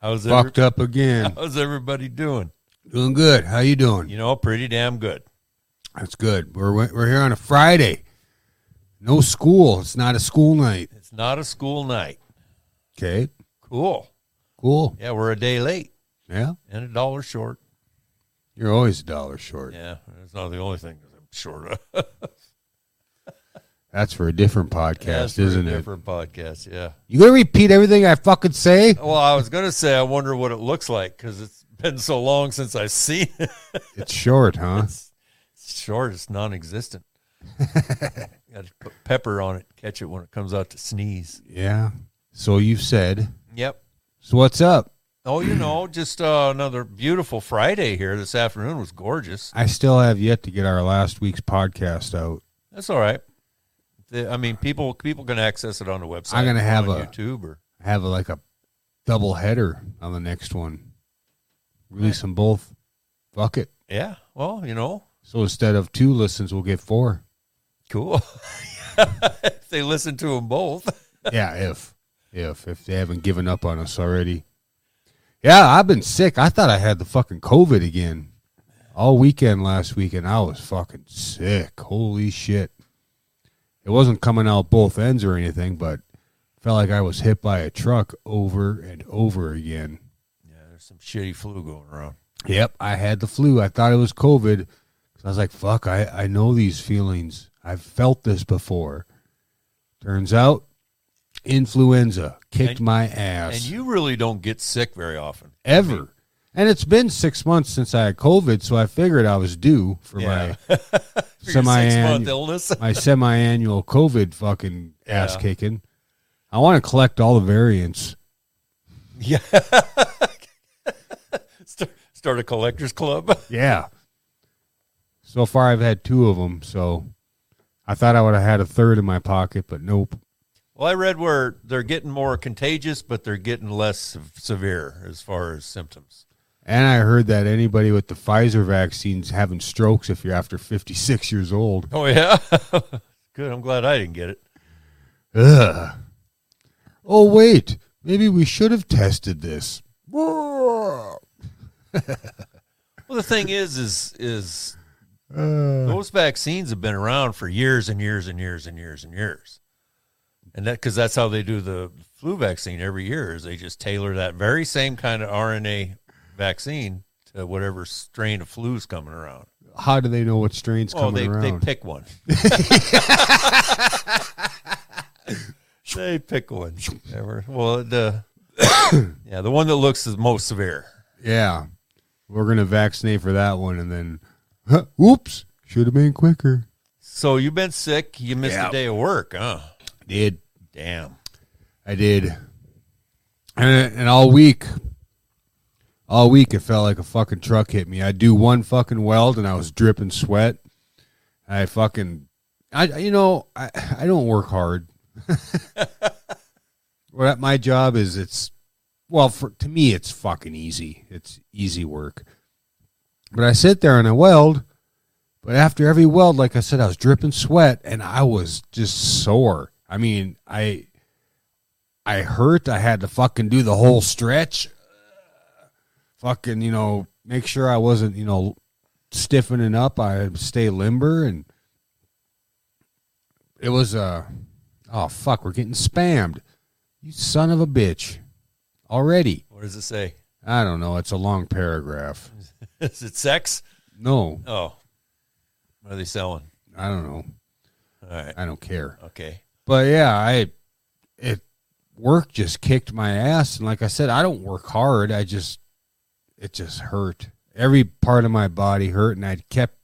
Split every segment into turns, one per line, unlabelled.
How's every,
Fucked up again.
how's everybody doing?
Doing good. How you doing?
You know, pretty damn good.
That's good. We're we're here on a Friday. No school. It's not a school night.
It's not a school night.
Okay.
Cool.
Cool.
Yeah, we're a day late
Yeah.
and a dollar short.
You're always a dollar short.
Yeah, it's not the only thing that I'm short of.
That's for a different
That's
podcast,
for a
isn't it?
Different podcast. Yeah.
You gonna repeat everything I fucking say?
Well, I was gonna say I wonder what it looks like because it's been so long since I've seen it.
It's short, huh?
It's short. It's non-existent. Got to put pepper on it. Catch it when it comes out to sneeze.
Yeah. So you've said.
Yep.
So what's up?
Oh, you know, just uh, another beautiful Friday here. This afternoon was gorgeous.
I still have yet to get our last week's podcast out.
That's all right. The, I mean, people people can access it on the website.
I'm gonna
or
have
on
a-
YouTube or
I have like a double header on the next one. Release them both. Fuck it.
yeah. Well, you know,
So instead of two listens, we'll get four.
cool. if they listen to them both.
yeah, if if if they haven't given up on us already. Yeah, I've been sick. I thought I had the fucking COVID again all weekend last weekend. I was fucking sick. Holy shit! It wasn't coming out both ends or anything, but felt like I was hit by a truck over and over again.
Yeah, there's some shitty flu going around.
Yep, I had the flu. I thought it was COVID. 'Cause I was like, fuck, I, I know these feelings. I've felt this before. Turns out, influenza kicked
And-
my ass
And you really don't get sick very often.
ever. And it's been six months since I had COVID, so I figured I was due for my
For your six-month
semi-annual
illness.
my semi-annual COVID fucking ass kicking. I want to collect all the variants.
Yeah. start, start a collector's club.
Yeah. So far, I've had two of them. So I thought I would have had a third in my pocket, but nope.
Well, I read where they're getting more contagious, but they're getting less sev- severe as far as symptoms.
And I heard that anybody with the Pfizer vaccine's having strokes if you're after 56 years old.
Oh yeah, good. I'm glad I didn't get it.
Ugh. Oh wait, maybe we should have tested this. Uh,
Well, the thing is, is is
Uh,
those vaccines have been around for years and years and years and years and years, and that because that's how they do the flu vaccine every year is they just tailor that very same kind of RNA vaccine to whatever strain of flu's coming around.
how do they know what strain's
Oh,
coming
they,
around?
they pick one. they pick one. Never. Well, the yeah, the one that looks the most severe.
yeah, we're gonna vaccinate for that one, and then, huh, oops, should have been quicker.
So you've been sick. You missed
Yeah.
a day of work, huh?
Did
Damn.
I did, and and all week, all week it felt like a fucking truck hit me. I do one fucking weld, and I was dripping sweat. I fucking, I you know I I don't work hard. what my job is, it's well for to me it's fucking easy. It's easy work, but I sit there and I weld. But after every weld, like I said, I was dripping sweat and I was just sore. I mean, I I hurt. I had to fucking do the whole stretch. Fucking, you know, make sure I wasn't, you know, stiffening up. I stay limber and it was uh oh fuck, we're getting spammed. You son of a bitch. Already.
What does it say?
I don't know, it's a long paragraph.
Is it sex?
No,
Oh, what are they selling?
I don't know.
All right.
I don't care.
Okay.
But yeah, I it work just kicked my ass and like I said, I don't work hard. I just it just hurt. Every part of my body hurt and I kept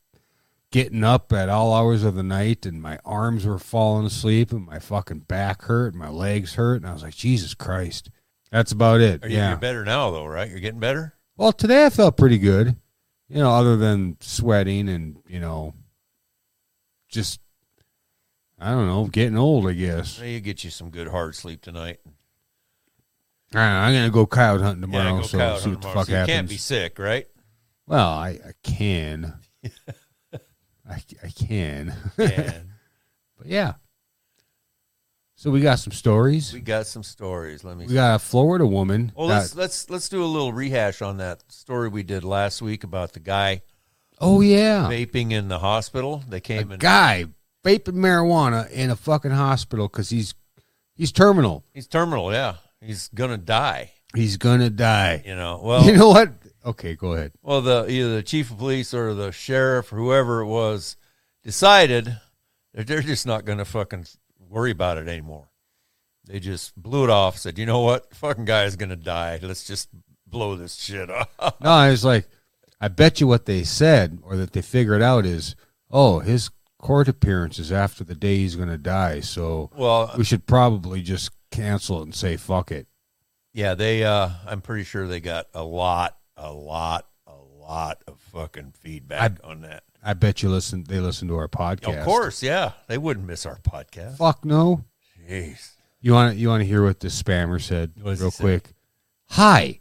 getting up at all hours of the night and my arms were falling asleep and my fucking back hurt and my legs hurt and I was like, Jesus Christ. That's about it.
Are you,
yeah.
You're better now, though, right? You're getting better.
Well, today I felt pretty good, you know, other than sweating and, you know, just, I don't know, getting old, I guess.
Well, You get you some good hard sleep tonight.
I don't know, I'm gonna go coyote hunting
Yeah,
tomorrow,
go
so
cow
see
hunting
what the
tomorrow.
fuck
So You
happens.
can't be sick, right?
Well, I, I can. I, I can.
Yeah.
But yeah. So we got some stories.
We got some stories. Let me.
We got a Florida woman.
Well,
that-
let's let's let's do a little rehash on that story we did last week about the guy
oh yeah,
vaping in the hospital. They
a
came and
guy vaping marijuana in a fucking hospital because he's he's terminal.
he's terminal. Yeah, he's gonna die.
He's gonna die.
You know. Well,
you know what? Okay, go ahead.
well, the either the chief of police or the sheriff, whoever it was, decided that they're just not gonna fucking worry about it anymore. They just blew it off. Said, you know what, fucking guy is gonna die. Let's just blow this shit up.
No, I was like, I bet you what they said or that they figured out is, oh, his court appearance is after the day he's gonna die, so
well,
we should probably just cancel it and say fuck it.
Yeah, they. Uh, I'm pretty sure they got a lot, a lot, a lot of fucking feedback on that.
I bet you listen. They listen to our podcast.
Of course, yeah, they wouldn't miss our podcast.
Fuck no.
Jeez.
You want to you want to hear what this spammer said
What does he
real
say?
quick? Hi,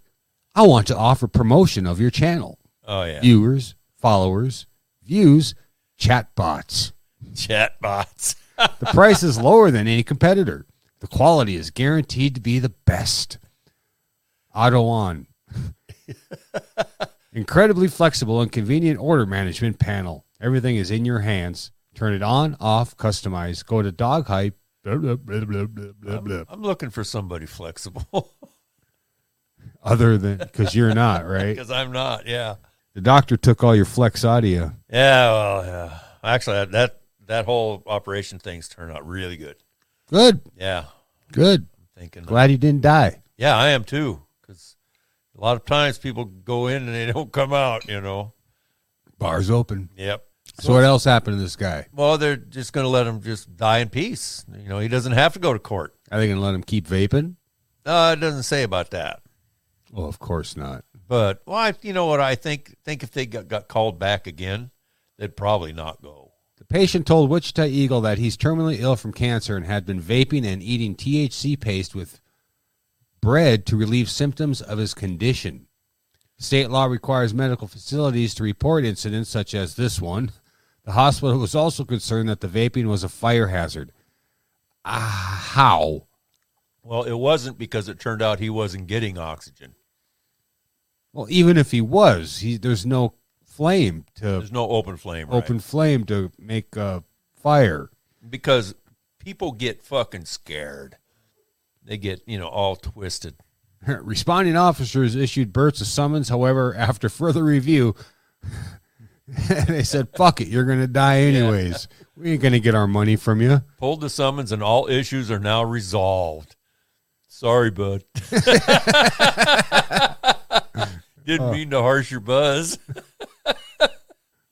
I want to offer promotion of your channel.
Oh yeah,
Viewers, followers, views, chatbots.
chat bots.
The price is lower than any competitor. The quality is guaranteed to be the best. Auto on. Incredibly flexible and convenient order management panel. Everything is in your hands. Turn it on, off, customize. Go to dog hype. Blah, blah, blah, blah, blah, blah, blah.
I'm looking for somebody flexible
Other than because you're not, right?
because I'm not. Yeah,
The doctor took all your flex audio.
yeah. Well, yeah. Actually, that that, that whole operation things turned out really good.
Good,
Yeah,
good.
I'm thinking.
Glad he didn't die.
Yeah, I am too. Because a lot of times people go in and they don't come out. You know.
Bars open.
Yep.
So what else happened to this guy?
Well, they're just going to let him just die in peace. You know, he doesn't have to go to court.
Are they gonna let him keep vaping?
Uh, it doesn't say about that.
Oh, of course not.
But well, I, you know what I think? Think if they got, got called back again, they'd probably not go.
The patient told Wichita Eagle that he's terminally ill from cancer and had been vaping and eating THC paste with bread to relieve symptoms of his condition. State law requires medical facilities to report incidents such as this one. The hospital was also concerned that the vaping was a fire hazard. Ah, how?
Well, it wasn't because it turned out he wasn't getting oxygen.
Well, even if he was, he, there's no flame to
There's no open flame. Right?
open flame to make a fire.
because people get fucking scared. They get you know all twisted.
Responding officers issued Burt's a summons. However, after further review, they said, fuck it, you're going to die anyways. We ain't going to get our money from you.
Pulled the summons, and all issues are now resolved. Sorry, bud. Didn't mean to harsh your buzz.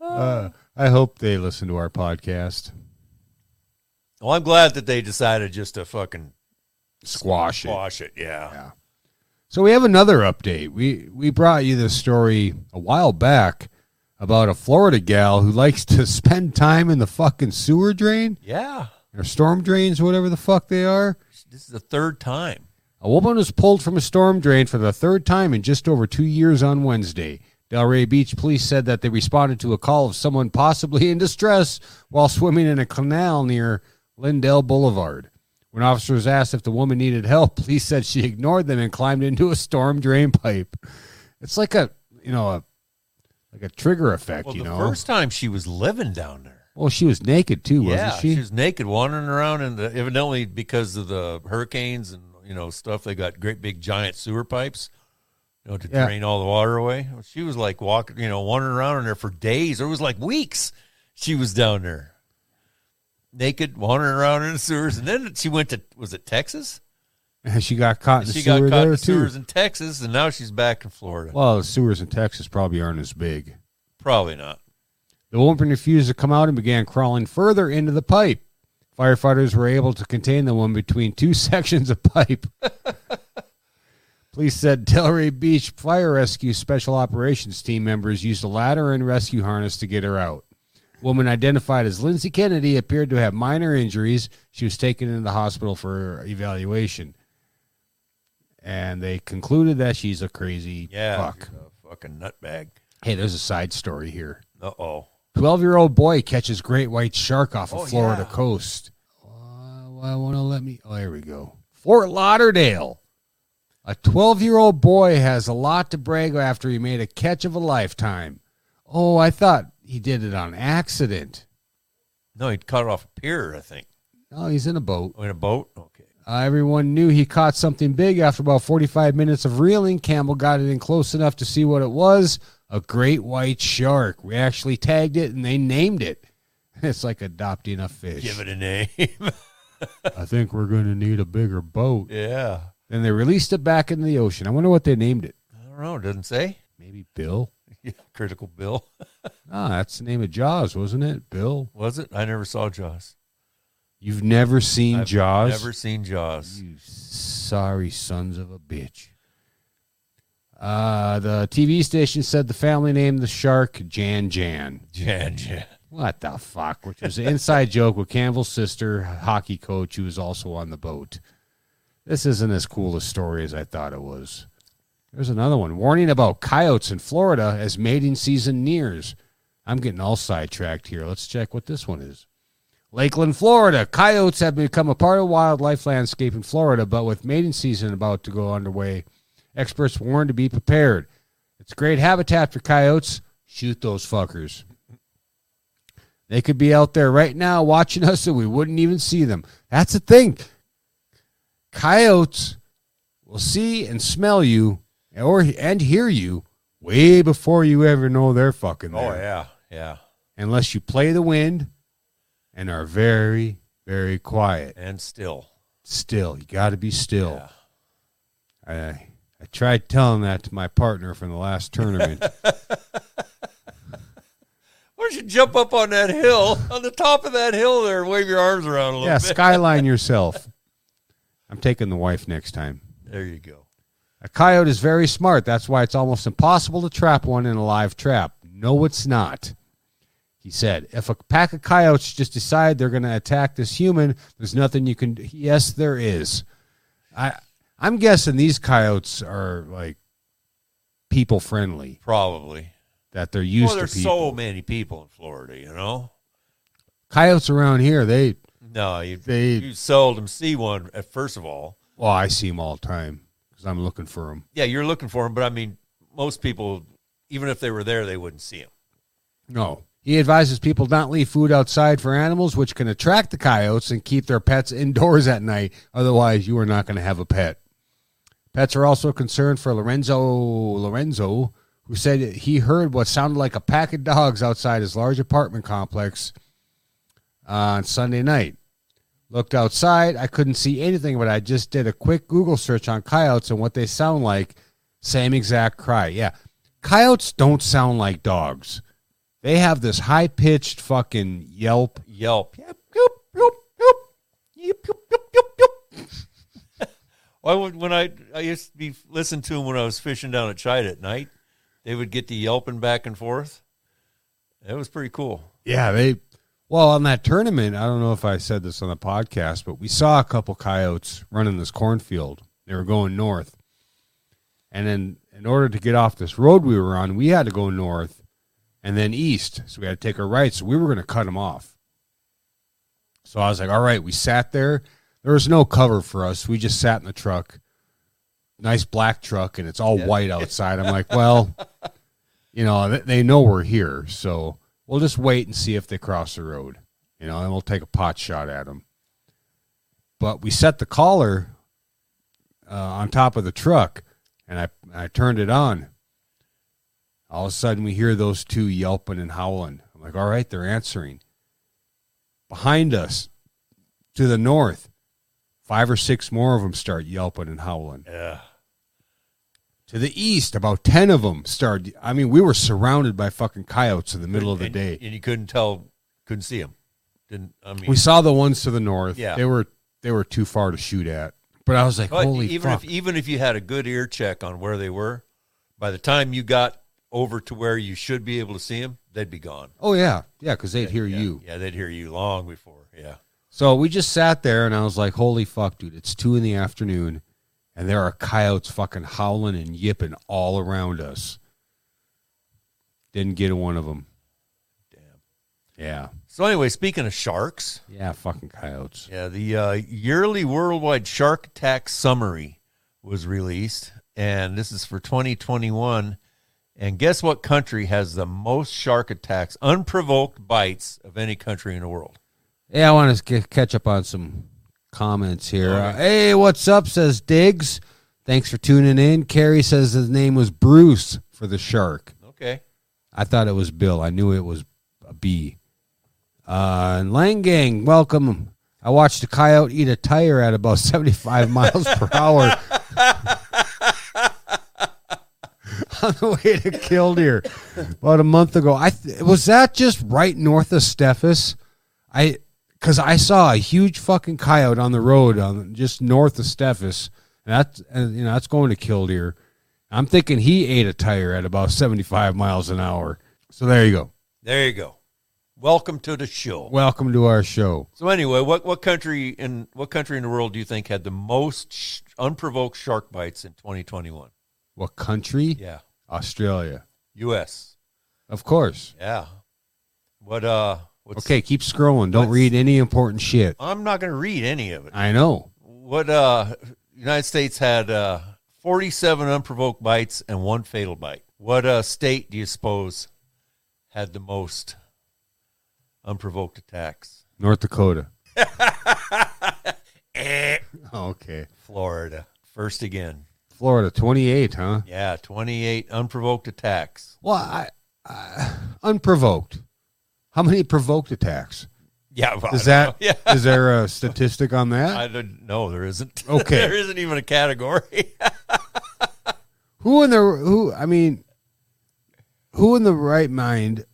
Uh, I hope they listen to our podcast.
Well, I'm glad that they decided just to fucking
Squash it.
wash it. Yeah.
So we have another update. We we brought you this story a while back about a Florida gal who likes to spend time in the fucking sewer drain
Yeah.
or storm drains, whatever the fuck they are.
This is the third time.
A woman was pulled from a storm drain for the third time in just over two years on Wednesday. Delray Beach police said that they responded to a call of someone possibly in distress while swimming in a canal near Lindell Boulevard. When officers asked if the woman needed help, police said she ignored them and climbed into a storm drain pipe. It's like a you know a like a trigger effect,
Well,
you
the
know.
first time she was living down there.
well, she was naked too, wasn't
yeah,
she?
was naked wandering around, and the, evidently because of the hurricanes and you know stuff, they got great big giant sewer pipes, you know, to
Yeah.
drain all the water away. She was like walking, you know, wandering around in there for days. It was like weeks. She was down there, naked, wandering around in the sewers, and then she went to was it Texas?
And she got caught in the
She got
sewer
caught in
there
the
too.
sewers in Texas, and now she's back in Florida.
Well, the sewers in Texas probably aren't as big.
Probably not.
The woman refused to come out and began crawling further into the pipe. Firefighters were able to contain the woman between two sections of pipe. Police said Delray Beach Fire Rescue Special Operations team members used a ladder and rescue harness to get her out. Woman identified as Lindsay Kennedy appeared to have minor injuries. She was taken into the hospital for evaluation. And they concluded that she's a crazy
Yeah,
fuck.
she's a fucking nutbag.
Hey, there's a side story here.
Uh oh.
12 year old boy catches great white shark off a
Oh,
Florida
yeah.
coast. Uh, I want to let me. Oh, there we go. Fort Lauderdale. A 12 year old boy has a lot to brag after he made a catch of a lifetime. Oh, I thought he did it on accident.
No, he caught it off a pier, I think.
Oh, he's in a boat.
Oh, in a boat? Okay.
Uh, everyone knew he caught something big after about 45 minutes of reeling. Campbell got it in close enough to see what it was a great white shark. We actually tagged it and they named it. It's like adopting a fish.
Give it a name.
I think we're going to need a bigger boat.
yeah.
Then they released it back into the ocean. I wonder what they named it.
I don't know. It doesn't say.
Maybe Bill?
Yeah, Critical Bill.
Ah, that's the name of Jaws, wasn't it? Bill.
Was it? I never saw Jaws.
You've never seen
I've
Jaws?
Never seen Jaws.
You sorry sons of a bitch. Uh, the TV station said the family named the shark Jan Jan.
Jan, Jan.
What the fuck? Which was an inside joke with Campbell's sister, hockey coach, who was also on the boat. This isn't as cool a story as I thought it was. There's another one warning about coyotes in Florida as mating season nears. I'm getting all sidetracked here. Let's check what this one is. Lakeland, Florida. Coyotes have become a part of wildlife landscape in Florida, but with mating season about to go underway, experts warn to be prepared. It's great habitat for coyotes. Shoot those fuckers. They could be out there right now watching us and we wouldn't even see them. That's the thing. Coyotes will see and smell you or and hear you way before you ever know they're fucking there.
Oh, yeah. Yeah.
Unless you play the wind and are very, very quiet.
And still.
Still, you got to be still.
Yeah.
I I tried telling that to my partner from the last tournament.
Why don't you jump up on that hill, on the top of that hill there, and wave your arms around a little
yeah,
bit?
skyline yourself. I'm taking the wife next time.
There you go.
A coyote is very smart. That's why it's almost impossible to trap one in a live trap. No, it's not. He said, if a pack of coyotes just decide they're going to attack this human, there's nothing you can do. Yes, there is. I, I'm guessing these coyotes are like people friendly,
Probably.
that they're used
well, there's
to people.
so many people in Florida, you know?
coyotes around here, they,
No, you,
Mm-hmm. They-
you seldom see one, uh, first of all.
well, I see them all the time because I'm looking for them.
Yeah, you're looking for them, but I mean, most people, even if they were there, they wouldn't see them.
No. He advises people not leave food outside for animals, which can attract the coyotes and keep their pets indoors at night. Otherwise, you are not going to have a pet. Pets are also concerned for Lorenzo Lorenzo, who said he heard what sounded like a pack of dogs outside his large apartment complex on Sunday night. Looked outside, I couldn't see anything, but I just did a quick Google search on coyotes and what they sound like. Same exact cry. Yeah. Coyotes don't sound like dogs. They have this high pitched fucking yelp.
Yelp.
Yep, yep, yep, yep. Yep, yep, yep, yep, yep.
Why would when I I used to be listen to them when I was fishing down at Chida at night, they would get the yelping back and forth. It was pretty cool.
Yeah, they. Well, on that tournament, I don't know if I said this on the podcast, but we saw a couple coyotes running this cornfield. They were going north, and then in order to get off this road we were on, we had to go north and then east. So we had to take a right. So we were going to cut them off. So I was like, "All right." We sat there. There was no cover for us. We just sat in the truck, nice black truck, and it's all white outside. I'm like, "Well." you know, th- they know we're here, so we'll just wait and see if they cross the road, you know, and we'll take a pot shot at them. But we set the collar uh, on top of the truck, and I I turned it on. All of a sudden, we hear those two yelping and howling. I'm like, all right, they're answering. Behind us, to the north, five or six more of them start yelping and howling
Yeah.
to the east about 10 of them started i mean we were surrounded by fucking coyotes in the middle of the
And-
day
and you couldn't tell, couldn't see them. Didn't I mean?
we saw the ones to the north
Yeah.
they were they were too far to shoot at but i was like
but
holy
even
fuck
if even if you had a good ear check on where they were, by the time you got over to where you should be able to see them, they'd be gone.
oh yeah yeah because they'd hear
Yeah.
you
Yeah, they'd hear you long before. Yeah.
so we just sat there and i was like holy fuck dude it's two in the afternoon and there are coyotes fucking howling and yipping all around us didn't get one of them
Damn.
Yeah.
So anyway, speaking of sharks,
Yeah, fucking coyotes.
yeah, the uh, yearly worldwide shark attack summary was released, and this is for 2021. And guess what country has the most shark attacks, unprovoked bites of any country in the world?
Yeah, I want to c- catch up on some comments here. Uh, hey, what's up? Says Diggs. Thanks for tuning in. Carrie says his name was Bruce for the shark.
Okay,
I thought it was Bill. I knew it was a B. Uh, and Langang, welcome. I watched a coyote eat a tire at about 75 miles per hour on the way to Killdeer about a month ago. I th- was that just right north of Steffes. I because I saw a huge fucking coyote on the road on just north of Steffes. And that's and you know that's going to Killdeer. I'm thinking he ate a tire at about 75 miles an hour. So there you go.
there you go. Welcome to the show.
Welcome to our show.
So anyway, what what country in what country in the world do you think had the most sh- unprovoked shark bites in 2021?
What country?
Yeah,
Australia,
U.S.
of course.
Yeah. What uh? What's,
Okay, keep scrolling. Don't
what's-
read any important shit.
I'm not going to read any of it.
I know.
What uh? United States had uh 47 unprovoked bites and one fatal bite. What uh state do you suppose had the most unprovoked attacks?
North Dakota.
Eh.
okay.
Florida first again.
Florida, 28, huh?
Yeah, 28 unprovoked attacks.
Well, I, I, unprovoked. How many provoked attacks?
Yeah, well,
Is
I don't
that
know. yeah?
is there a statistic on
I
that?
don't know. There isn't.
Okay.
there isn't even a category.
Who in the who? I mean, who in the right mind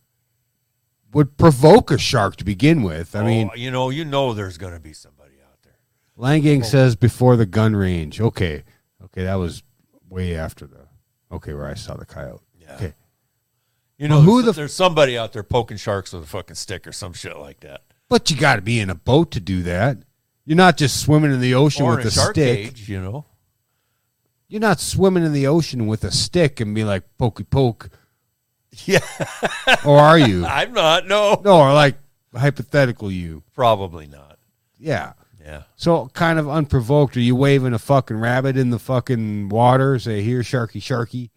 would provoke a shark to begin with? I mean,
Oh, you know, you know, there's going to be somebody out there.
Langang says before the gun range. Okay. Okay, that was way after the okay where I saw the coyote.
Yeah.
Okay.
You
Well,
know,
who
there's,
the-
there's somebody out there poking sharks with a fucking stick or some shit like that.
But you got to be in a boat to do that. You're not just swimming in the ocean
Or in
with
a
a
shark
stick.
cage, you know.
You're not swimming in the ocean with a stick and be like pokey poke,
Yeah,
or are you?
I'm not. No,
no, or like hypothetical you.
probably not.
Yeah.
Yeah,
So kind of unprovoked, are you waving a fucking rabbit in the fucking water? Say here, sharky, sharky.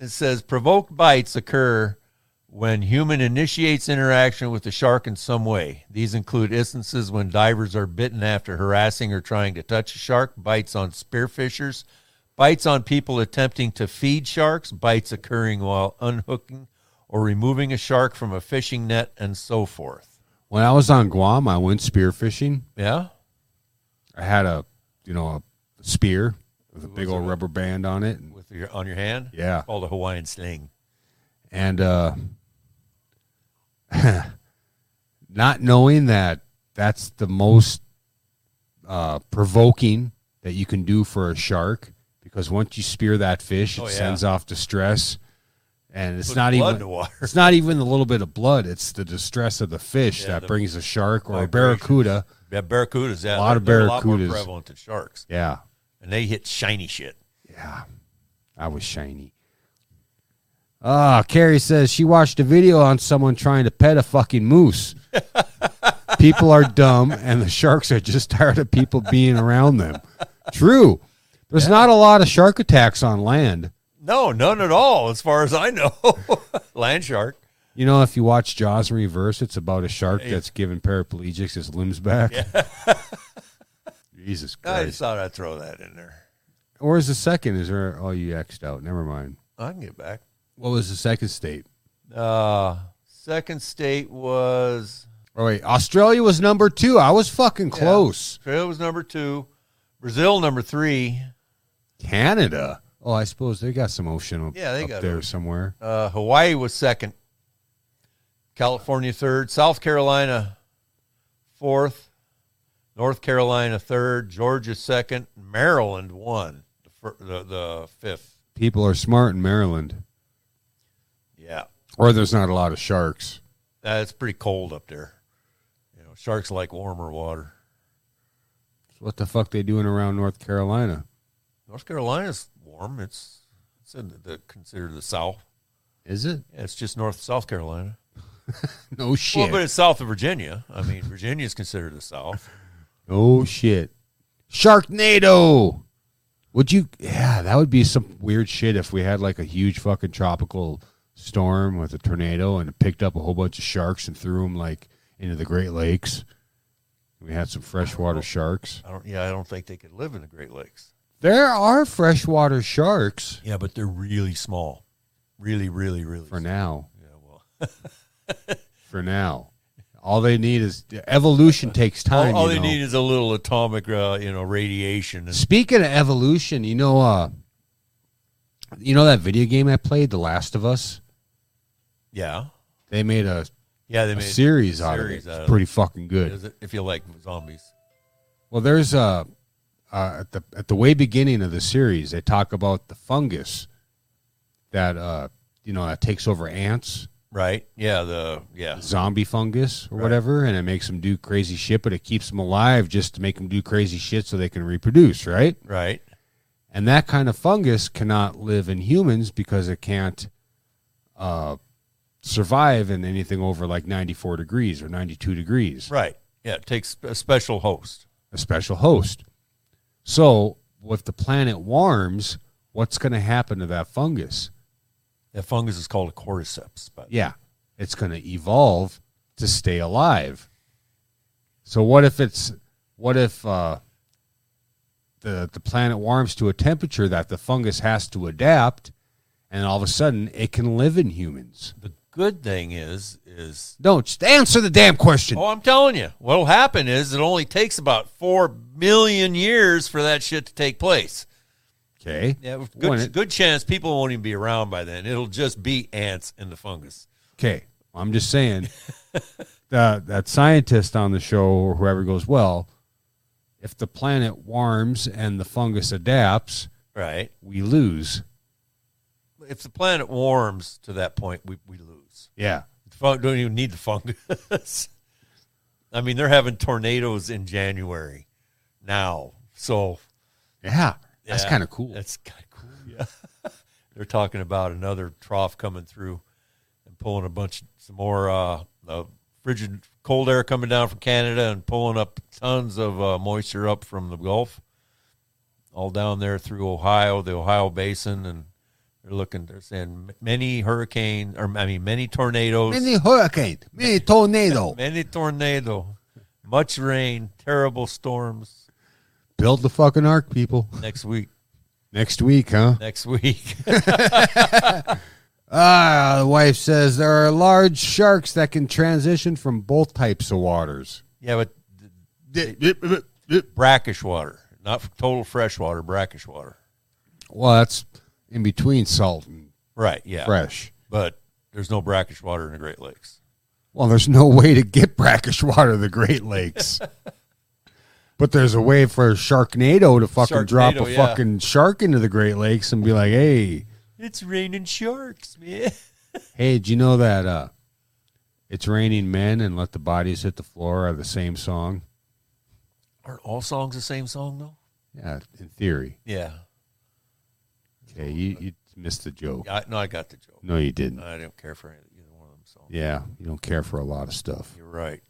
it says provoked bites occur when human initiates interaction with the shark in some way. These include instances when divers are bitten after harassing or trying to touch a shark, bites on spearfishers, bites on people attempting to feed sharks, bites occurring while unhooking or removing a shark from a fishing net, and so forth.
When I was on Guam, I went spear fishing.
Yeah.
I had a, you know, a spear with a big old rubber band on it. And,
with your on your hand.
Yeah.
It's called a Hawaiian sling.
and uh, not knowing that that's the most uh, provoking that you can do for a shark because once you spear that fish, it
Oh, yeah.
sends off distress, and it's
Puts
not
blood
even
in the water.
it's not even the little bit of blood. It's the distress of the fish
Yeah,
that
the
brings a shark or a
vibrations.
barracuda.
Yeah, barracudas. Yeah,
A lot of
they're- they're A lot more
barracudas.
prevalent than sharks,
Yeah,
and they hit shiny shit.
Yeah, I was shiny. Ah, Carrie says she watched a video on someone trying to pet a fucking moose. people are dumb, and the sharks are just tired of people being around them. True. There's not a lot of shark attacks on land.
No, none at all, as far as I know. Land shark.
You know, if you watch Jaws in reverse, it's about a shark that's giving paraplegics his limbs back. Jesus
I just
Christ.
thought I'd throw that in there.
Or is the second? Is there? Oh, you X'd out. Never mind.
I can get back.
What was the second state?
Uh, second state was
Oh wait, Australia was number two. I was fucking close.
Australia was number two, Brazil number three,
Canada. Oh, I suppose they got some ocean up,
Yeah, they
up
got
there
ocean.
somewhere.
uh, Hawaii was second, California third, South Carolina fourth, North Carolina third, Georgia second, Maryland one, the, fir- the, the fifth.
People are smart in Maryland,
Yeah,
or there's not a lot of sharks.
Uh, it's pretty cold up there. You know, sharks like warmer water.
What the fuck they doing around North Carolina?
North Carolina's warm. It's it's in the, the considered the South.
Is it?
Yeah, it's just North South Carolina.
no shit.
Well, but it's south of Virginia. I mean, Virginia's considered the South.
Oh shit. Sharknado. Would you yeah, that would be some weird shit if we had like a huge fucking tropical storm with a tornado and it picked up a whole bunch of sharks and threw them like into the Great Lakes. We had some freshwater sharks.
I don't. Yeah, I don't think they could live in the Great Lakes.
There are freshwater sharks
Yeah, but they're really small. Really, really, really.
for
small.
now.
Yeah, well.
For now. All they need is evolution takes time.
all all
you
they
know.
need is a little atomic, uh, you know, radiation. And,
Speaking of evolution, you know, uh, you know that video game I played, The Last of Us.
yeah,
They made a,
yeah. They
a
made
series out
series
of it.
out of
It's pretty fucking good.
Is it- If you like zombies,
Well, there's uh, uh, at the at the way beginning of the series, they talk about the fungus that uh, you know that takes over ants,
right? Yeah, the yeah.
zombie fungus or
Right.
whatever, and it makes them do crazy shit, but it keeps them alive just to make them do crazy shit so they can reproduce, right?
Right.
And that kind of fungus cannot live in humans because it can't uh, survive in anything over like 94 degrees or 92 degrees,
Right. Yeah. It takes a special host.
a special host. So, if the planet warms, what's going to happen to that fungus?
That fungus is called a cordyceps. But
Yeah, it's going to evolve to stay alive. So, what if it's what if uh, the the planet warms to a temperature that the fungus has to adapt, and all of a sudden it can live in humans?
the good thing is, is
Don't just answer the damn question.
Oh, I'm telling you, what'll happen is it only takes about four million years for that shit to take place.
Okay.
Yeah, with
When
good
it-
good chance people won't even be around by then. It'll just be ants and the fungus.
Okay, I'm just saying that that scientist on the show or whoever goes, well, if the planet warms and the fungus adapts,
Right.
we lose.
If the planet warms to that point, we, we lose.
Yeah,
The fun, don't even need the fungus. I mean, they're having tornadoes in January now, so
yeah, that's
Yeah.
kind of cool.
That's kind of cool. Yeah. They're talking about another trough coming through and pulling a bunch, some more uh, uh, frigid cold air coming down from Canada and pulling up tons of uh, moisture up from the Gulf, all down there through Ohio, the Ohio Basin, and they're looking. They're saying many hurricanes, or I mean, many tornadoes, many,
Mini hurricane, mini tornado.
tornado, much rain, terrible storms
Build the fucking ark, people.
next week.
Next week, huh?
Next week.
Ah, the wife says there are large sharks that can transition from both types of waters.
yeah, but brackish water, not f- total fresh water, brackish water.
Well, that's in between salt and
Right. Yeah.
fresh.
But there's no brackish water in the Great Lakes.
Well, there's no way to get brackish water to the Great Lakes. but there's a way for a Sharknado to fucking drop a
Sharknado, yeah.
fucking shark into the Great Lakes and be like, hey,
It's raining sharks, man.
hey, did you know that uh, It's Raining Men and Let the Bodies Hit the Floor are the same song?
Aren't all songs the same song though?
Yeah, in theory.
Yeah.
Okay, you, you missed the joke.
I, no, I got the joke.
No, you didn't.
I don't care for any, either one of them songs.
Yeah, you don't care for a lot of stuff.
You're right.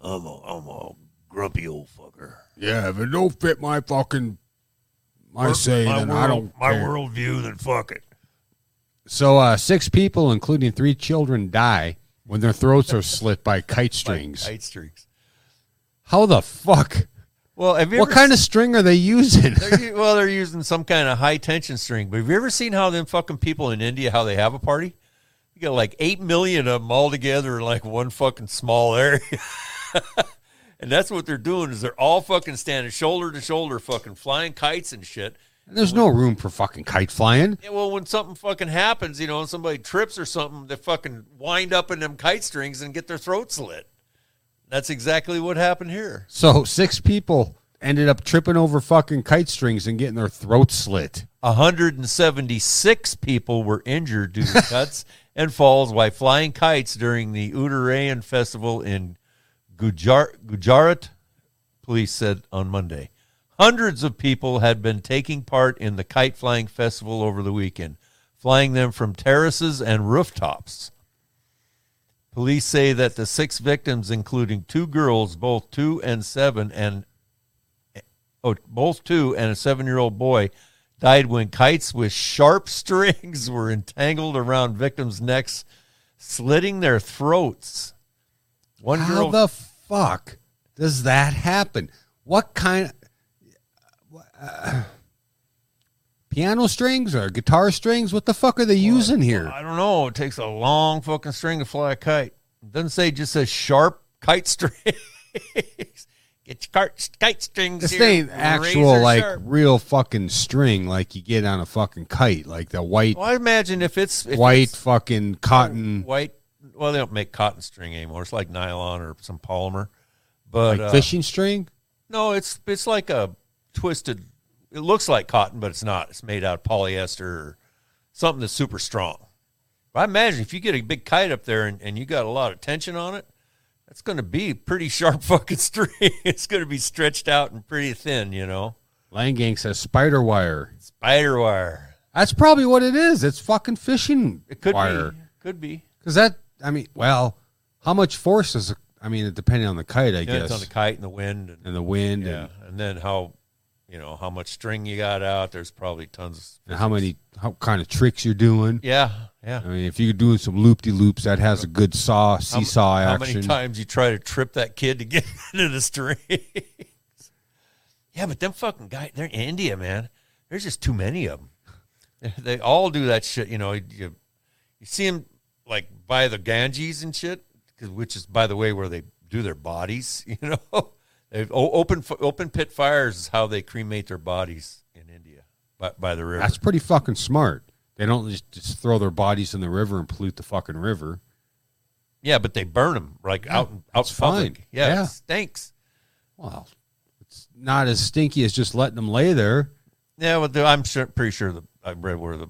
I'm a, I'm a grumpy old fucker.
Yeah, if it don't fit my fucking, my
worldview, then fuck it.
So uh, six people, including three children, die when their throats are slit by kite strings.
Eight streaks.
How the fuck?
Well, have you
What
ever
kind of string are they using?
They're, u- well, they're using some kind of high tension string. But have you ever seen how them fucking people in India how they have a party? You got like eight million of them all together in like one fucking small area, and that's what they're doing is they're all fucking standing shoulder to shoulder, fucking flying kites and shit.
There's no room for fucking kite flying.
Yeah, well, when something fucking happens, you know, and somebody trips or something, they fucking wind up in them kite strings and get their throat slit. That's exactly what happened here.
So six people ended up tripping over fucking kite strings and getting their throats slit.
176 people were injured due to cuts and falls while flying kites during the Uttarayan festival in Gujar- Gujarat, police said on Monday. Hundreds of people had been taking part in the kite flying festival over the weekend, flying them from terraces and rooftops. Police say that the six victims, including two girls, both two and seven, and oh, both two and a seven-year-old boy, died when kites with sharp strings were entangled around victims' necks, slitting their throats. One
How
girl,
the fuck does that happen? What kind? uh, piano strings or guitar strings? What the fuck are they using here?
I don't know. It takes a long fucking string to fly a kite. It doesn't say. It just says sharp kite strings. Get your cart, kite strings.
This
here,
ain't actual
razor
like
sharp.
real fucking string like you get on a fucking kite, like the white
Well, I imagine if it's if
white
it's
fucking cotton
white. Well, they don't make cotton string anymore. It's like nylon or some polymer. But
like
uh,
fishing string.
no, it's it's like a twisted. It looks like cotton, but it's not. It's made out of polyester or something that's super strong. But I imagine if you get a big kite up there and, and you got a lot of tension on it, that's going to be pretty sharp fucking string. it's going to be stretched out and pretty thin, you know.
Langang says spider wire.
Spider wire.
That's probably what it is. It's fucking fishing
It could
wire.
be. Could be.
Because that, I mean, well, how much force is? I mean, depending on the kite, I
You know,
guess,
It's on the kite and the wind and
and the wind,
Yeah,
and,
and then how, you know, how much string you got out? There's probably tons.
and how many, how kind of tricks you're doing.
Yeah, yeah.
I mean, if you're doing some loop de loops, that has a good saw seesaw
how
action.
many times you try to trip that kid to get into the string? yeah, but them fucking guys, they're in India, man. There's just too many of them. They all do that shit. You know, you you see them like by the Ganges and shit, 'cause- which is by the way where they do their bodies. You know, They've, o- open f- open pit fires is how they cremate their bodies in India by, by the river.
That's pretty fucking smart. They don't just, just throw their bodies in the river and pollute the fucking river.
Yeah, but they burn them like out in out in
that's
public.
fine.
Yeah,
Yeah.
it stinks.
Well, it's not as stinky as just letting them lay there.
Yeah, well, the- I'm sure, pretty sure the I read where the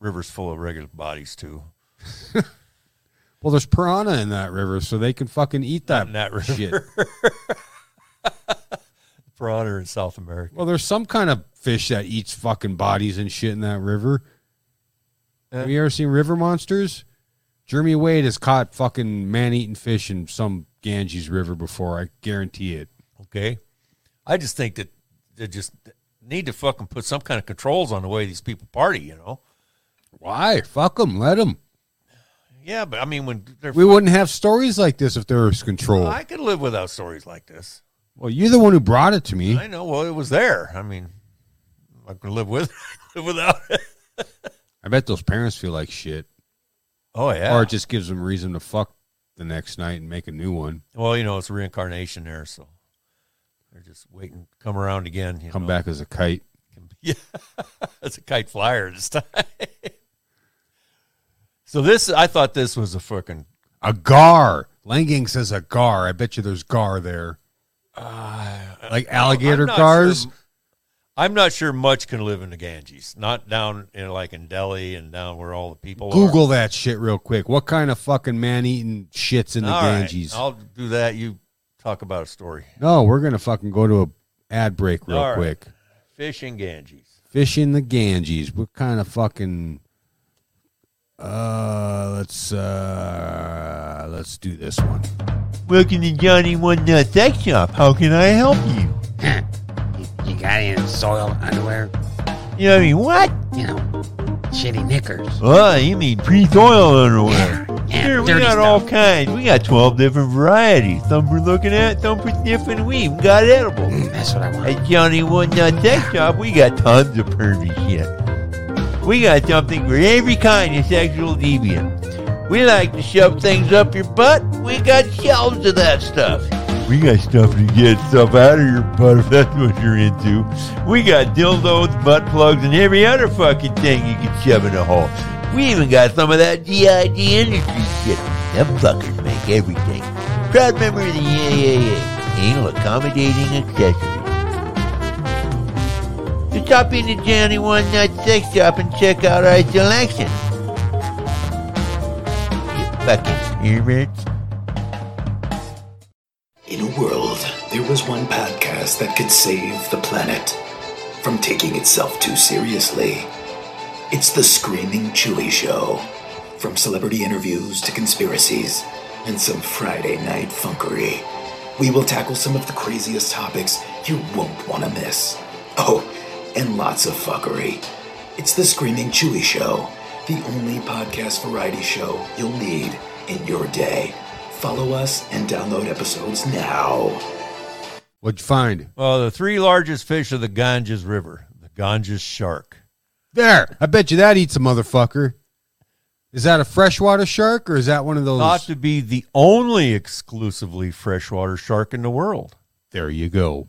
river's full of regular bodies too.
Well, there's piranha in that river, so they can fucking eat that,
in that river.
shit.
Piranha in South America.
Well, there's some kind of fish that eats fucking bodies and shit in that river. Have
Yeah.
you ever seen river monsters? Jeremy Wade has caught fucking man eating fish in some Ganges river before. I guarantee it.
Okay, I just think that they just need to fucking put some kind of controls on the way these people party. You know?
Why? Fuck them. Let them.
Yeah, but I mean, when they're
We wouldn't have stories like this if there was control.
I could live without stories like this.
Well, you're the one who brought it to me.
I know. Well, it was there. I mean, I could live with live without it.
I bet those parents feel like shit.
Oh yeah.
Or it just gives them reason to fuck the next night and make a new one.
Well, you know, it's reincarnation there, so they're just waiting, to come around again. You
Come
know.
back as a kite.
Yeah, that's a kite flyer this time. so this, I thought this was a fucking.
A gar. Langang says a gar. I bet you there's gar there. like
Uh,
alligator
I'm not
cars.
sure- I'm not sure much can live in the Ganges. Not down in like in Delhi and down where all the people.
Google that shit real quick. What kind of fucking man eating shits in
are.
the
All right,
Ganges?
I'll do that. You talk about a story.
No, we're gonna fucking go to a ad break real
All right.
quick.
Fish in Ganges.
Fish in the Ganges. What kind of fucking? Uh, let's uh, let's do this one.
Welcome to Johnny One Nut Sex Shop. How can I help you?
You, you got any soiled underwear?
You know, I mean, what?
You know, shitty knickers.
Oh, you mean pre-soil underwear?
Yeah,
Sure, we
dirty
got
stuff.
all kinds. We got 12 different varieties. Some for looking at, some for sniffing. We even got edible.
Mm, that's what I want.
At Johnny One Nut Sex Shop, we got tons of pervy shit. We got something for every kind of sexual deviant. We like to shove things up your butt. We got shelves of that stuff. We got stuff to get stuff out of your butt if that's what you're into. We got dildos, butt plugs, and every other fucking thing you can shove in a hole. We even got some of that DID industry shit. Them fuckers make everything. Proud member of the AAA, anal accommodating accessories. So stop in the Johnny One Night Sex Shop and check out our selection. You fucking hermits.
In a world, there was one podcast that could save the planet from taking itself too seriously. It's The Screaming Chewy Show. From celebrity interviews to conspiracies, and some Friday night funkery. We will tackle some of the craziest topics you won't want to miss. Oh, and lots of fuckery. It's the Screaming Chewy Show, the only podcast variety show you'll need in your day. Follow us and download episodes now.
What'd you find?
Well, the three largest fish of the Ganges River, the Ganges shark.
There. I bet you that eats a motherfucker. Is that a freshwater shark or is that one of those?
Thought to be the only exclusively freshwater shark in the world.
there you go.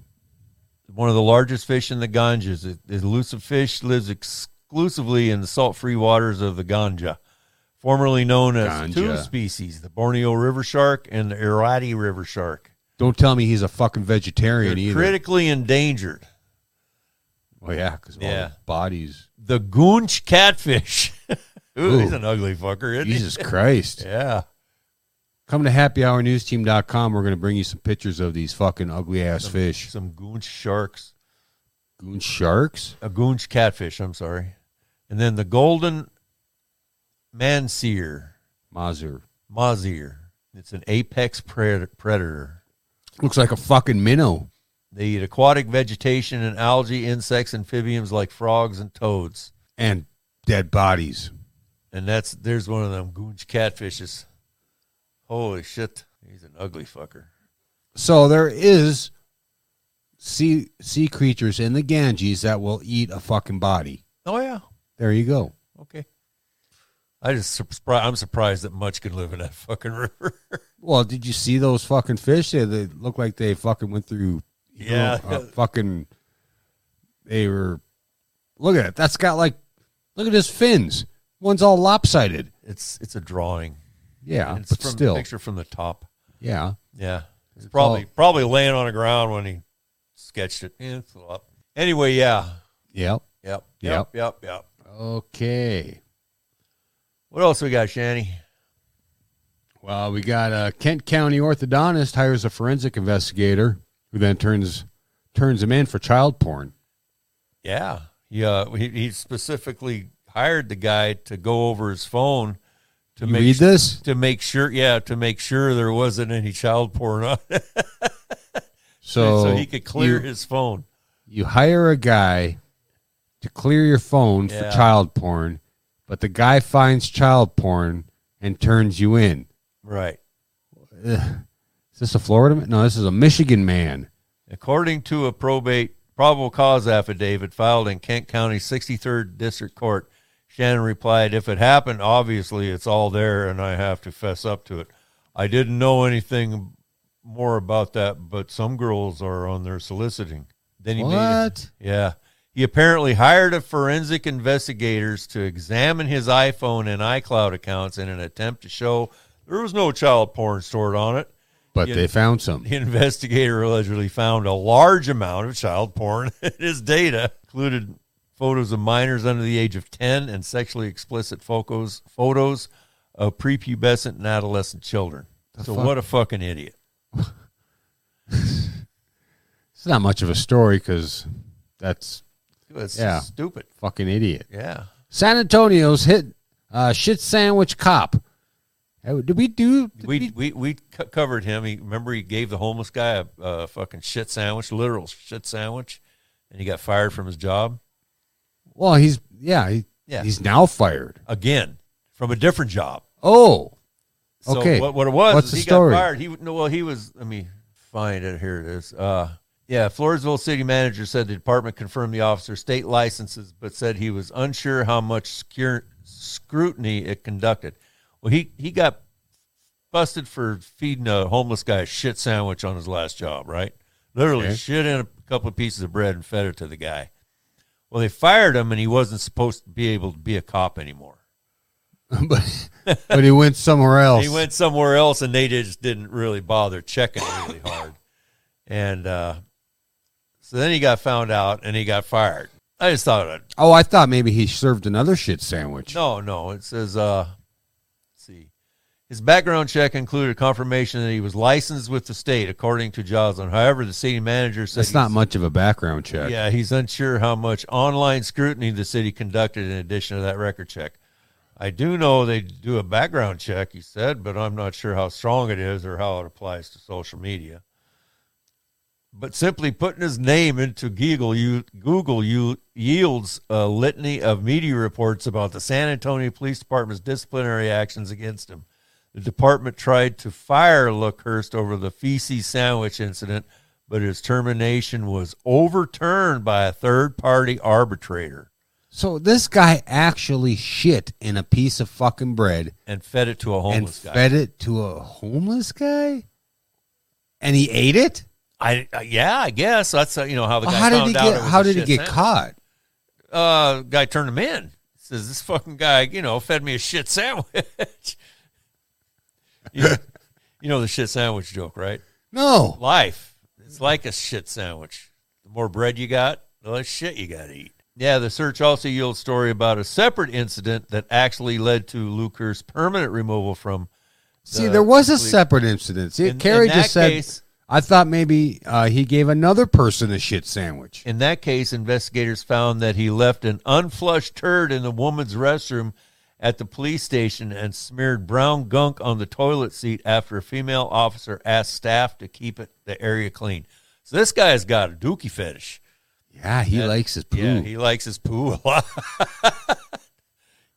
One of the largest fish in the Ganges. The elusive fish lives exclusively in the salt free waters of the Ganja, formerly known as
Ganja.
two species the Borneo River shark and the Irrawaddy River shark.
Don't tell me he's a fucking vegetarian
They're
either.
critically endangered.
Oh yeah, because all
Yeah.
the bodies.
The Goonch catfish. Ooh, he's
Ooh.
an ugly fucker, isn't
Jesus Christ.
he? Yeah.
Come to happyhournewsteam.com. We're going to bring you some pictures of these fucking ugly ass fish.
Some Goonch sharks.
Goon sharks?
a goonch catfish. I'm sorry, and then the golden manseer,
Mazur.
mazier. It's an apex pred- predator.
Looks like a fucking minnow.
They eat aquatic vegetation and algae, insects, amphibians like frogs and toads.
And dead bodies.
And that's there's one of them goonch catfishes. Holy shit, he's an ugly fucker.
So there is sea sea creatures in the Ganges that will eat a fucking body.
Oh yeah,
There you go.
okay. I just surprised. I'm surprised that much can live in that fucking river.
Well, did you see those fucking fish? They, they look like they fucking went through. you know,
Yeah.
uh, fucking. They were. Look at it. That's got like. Look at his fins. One's all lopsided.
it's it's a drawing.
Yeah,
it's
Ah. but
from
still.
picture from the top.
Yeah.
Yeah. It's probably probably laying on the ground when he sketched it. Yeah, it's a lot. Anyway, yeah.
Yep.
Yep.
Yep.
Yep. Yep. Yep.
Okay.
What else we got, Shanny?
Well, we got a Kent County orthodontist hires a forensic investigator who then turns turns him in for child porn.
Yeah. Yeah. He, he specifically hired the guy to go over his phone to
You
make
read
su-
this?
to make sure yeah, to make sure there wasn't any child porn on it.
So,
so he could clear
you-
his phone.
you hire a guy to clear your phone
Yeah.
for child porn, but the guy finds child porn and turns you in.
Right.
Is this a Florida man? No, this is a Michigan man.
According to a probate probable cause affidavit filed in Kent County 63rd District Court, Shannon replied, If it happened, obviously it's all there and I have to fess up to it. I didn't know anything more about that, but some girls are on there soliciting. Then he made a-
What?
yeah. He apparently hired a forensic investigators to examine his iPhone and iCloud accounts in an attempt to show there was no child porn stored on it.
But
Yeah.
they found some.
The investigator allegedly found a large amount of child porn in his data, included photos of minors under the age of 10 and sexually explicit photos, photos of prepubescent and adolescent children. so,
fuck?
what a fucking idiot.
It's not much of a story because that's
That's
Yeah.
stupid.
fucking idiot.
Yeah.
San Antonio's hit uh, shit sandwich cop. Uh, Did we do? did
We, we, we co- covered him. He, remember, he gave the homeless guy a, a fucking shit sandwich, literal shit sandwich, and he got fired from his job
well, he's yeah, he,
Yeah.
he's now fired.
again from a different job.
Oh,
So
Okay.
what, what it was
What's
is
the
he
story?
got fired. He no, well he was let me find it. Here it is. Uh yeah, Floresville city manager said the department confirmed the officer's state licenses, but said he was unsure how much secure, scrutiny it conducted. Well, he, he got busted for feeding a homeless guy a shit sandwich on his last job, right? Literally
Okay.
shit in a couple of pieces of bread and fed it to the guy. Well, they fired him, and he wasn't supposed to be able to be a cop anymore.
but but he went somewhere else.
He went somewhere else, and they just didn't really bother checking really hard. And uh, so then he got found out, and he got fired. I just thought, uh,
Oh, I thought maybe he served another shit sandwich.
no, no. It says, uh, let's see, his background check included confirmation that he was licensed with the state, according to Joslin. However, the city manager said
That's not
he's-
much of a background check.
Yeah, he's unsure how much online scrutiny the city conducted in addition to that record check. I do know they do a background check, he said, but I'm not sure how strong it is or how it applies to social media. But simply putting his name into Google, you, Google you, yields a litany of media reports about the San Antonio Police Department's disciplinary actions against him. The department tried to fire Luckhurst over the feces sandwich incident, but his termination was overturned by a third party arbitrator
So this guy actually shit in a piece of fucking bread
and fed it to a homeless guy.
and fed it to a homeless guy, and he ate it.
I, I yeah, I guess that's uh, you know how the guy
how did
found
he
out
get?
it was
How
a
did he
shit
get
sandwich.
caught?
Uh, guy turned him in. Says this fucking guy, you know, fed me a shit sandwich. you, you know the shit sandwich joke, right?
No.
Life it's like a shit sandwich. The more bread you got, the less shit you got to eat. Yeah, the search also yields story about a separate incident that actually led to Luker's permanent removal from.
See,
the
there was a
complete-
separate incident. See,
In-
Carrie
in
just
that
said,
case-
"I thought maybe uh, he gave another person a shit sandwich."
In that case, investigators found that he left an unflushed turd in the woman's restroom at the police station and smeared brown gunk on the toilet seat after a female officer asked staff to keep it the area clean. So this guy's got a dookie fetish.
Yeah, he likes his poo.
Yeah, he likes his poo a lot.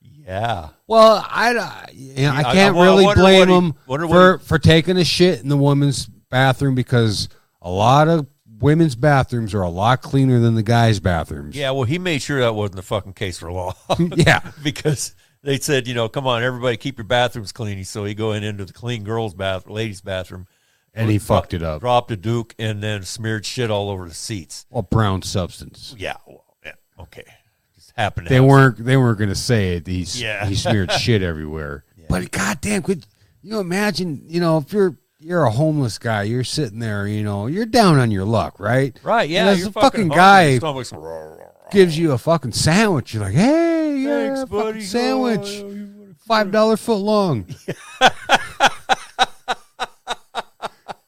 yeah.
well, I, I, you know, I
I-
can't
well, I
really
wonder
blame
what he-
him
wonder what
for, for taking a shit in the women's bathroom because a lot of women's bathrooms are a lot cleaner than the guys' bathrooms.
Yeah, well, he made sure that wasn't the fucking case for law.
yeah.
because they said, you know, come on, everybody, keep your bathrooms clean. So he go in into the clean girls' bath, ladies' bathroom,
And he
dro-
fucked it up.
Dropped a duke and then smeared shit all over the seats.
Well, brown substance.
Yeah, well, yeah, okay, just happened. To
They
have-
weren't. They weren't going to say it. He s-
Yeah.
he smeared shit everywhere. But goddamn, could you imagine? You know, if you're you're a homeless guy, you're sitting there. You know, you're down on your luck, right?
right.
And
Yeah,
as
you're
a fucking
hungry,
guy
your stomach's-
gives you a fucking sandwich, you're like, hey, yeah,
Thanks,
fucking
buddy.
sandwich,
Oh, you wanna-
five dollar foot long,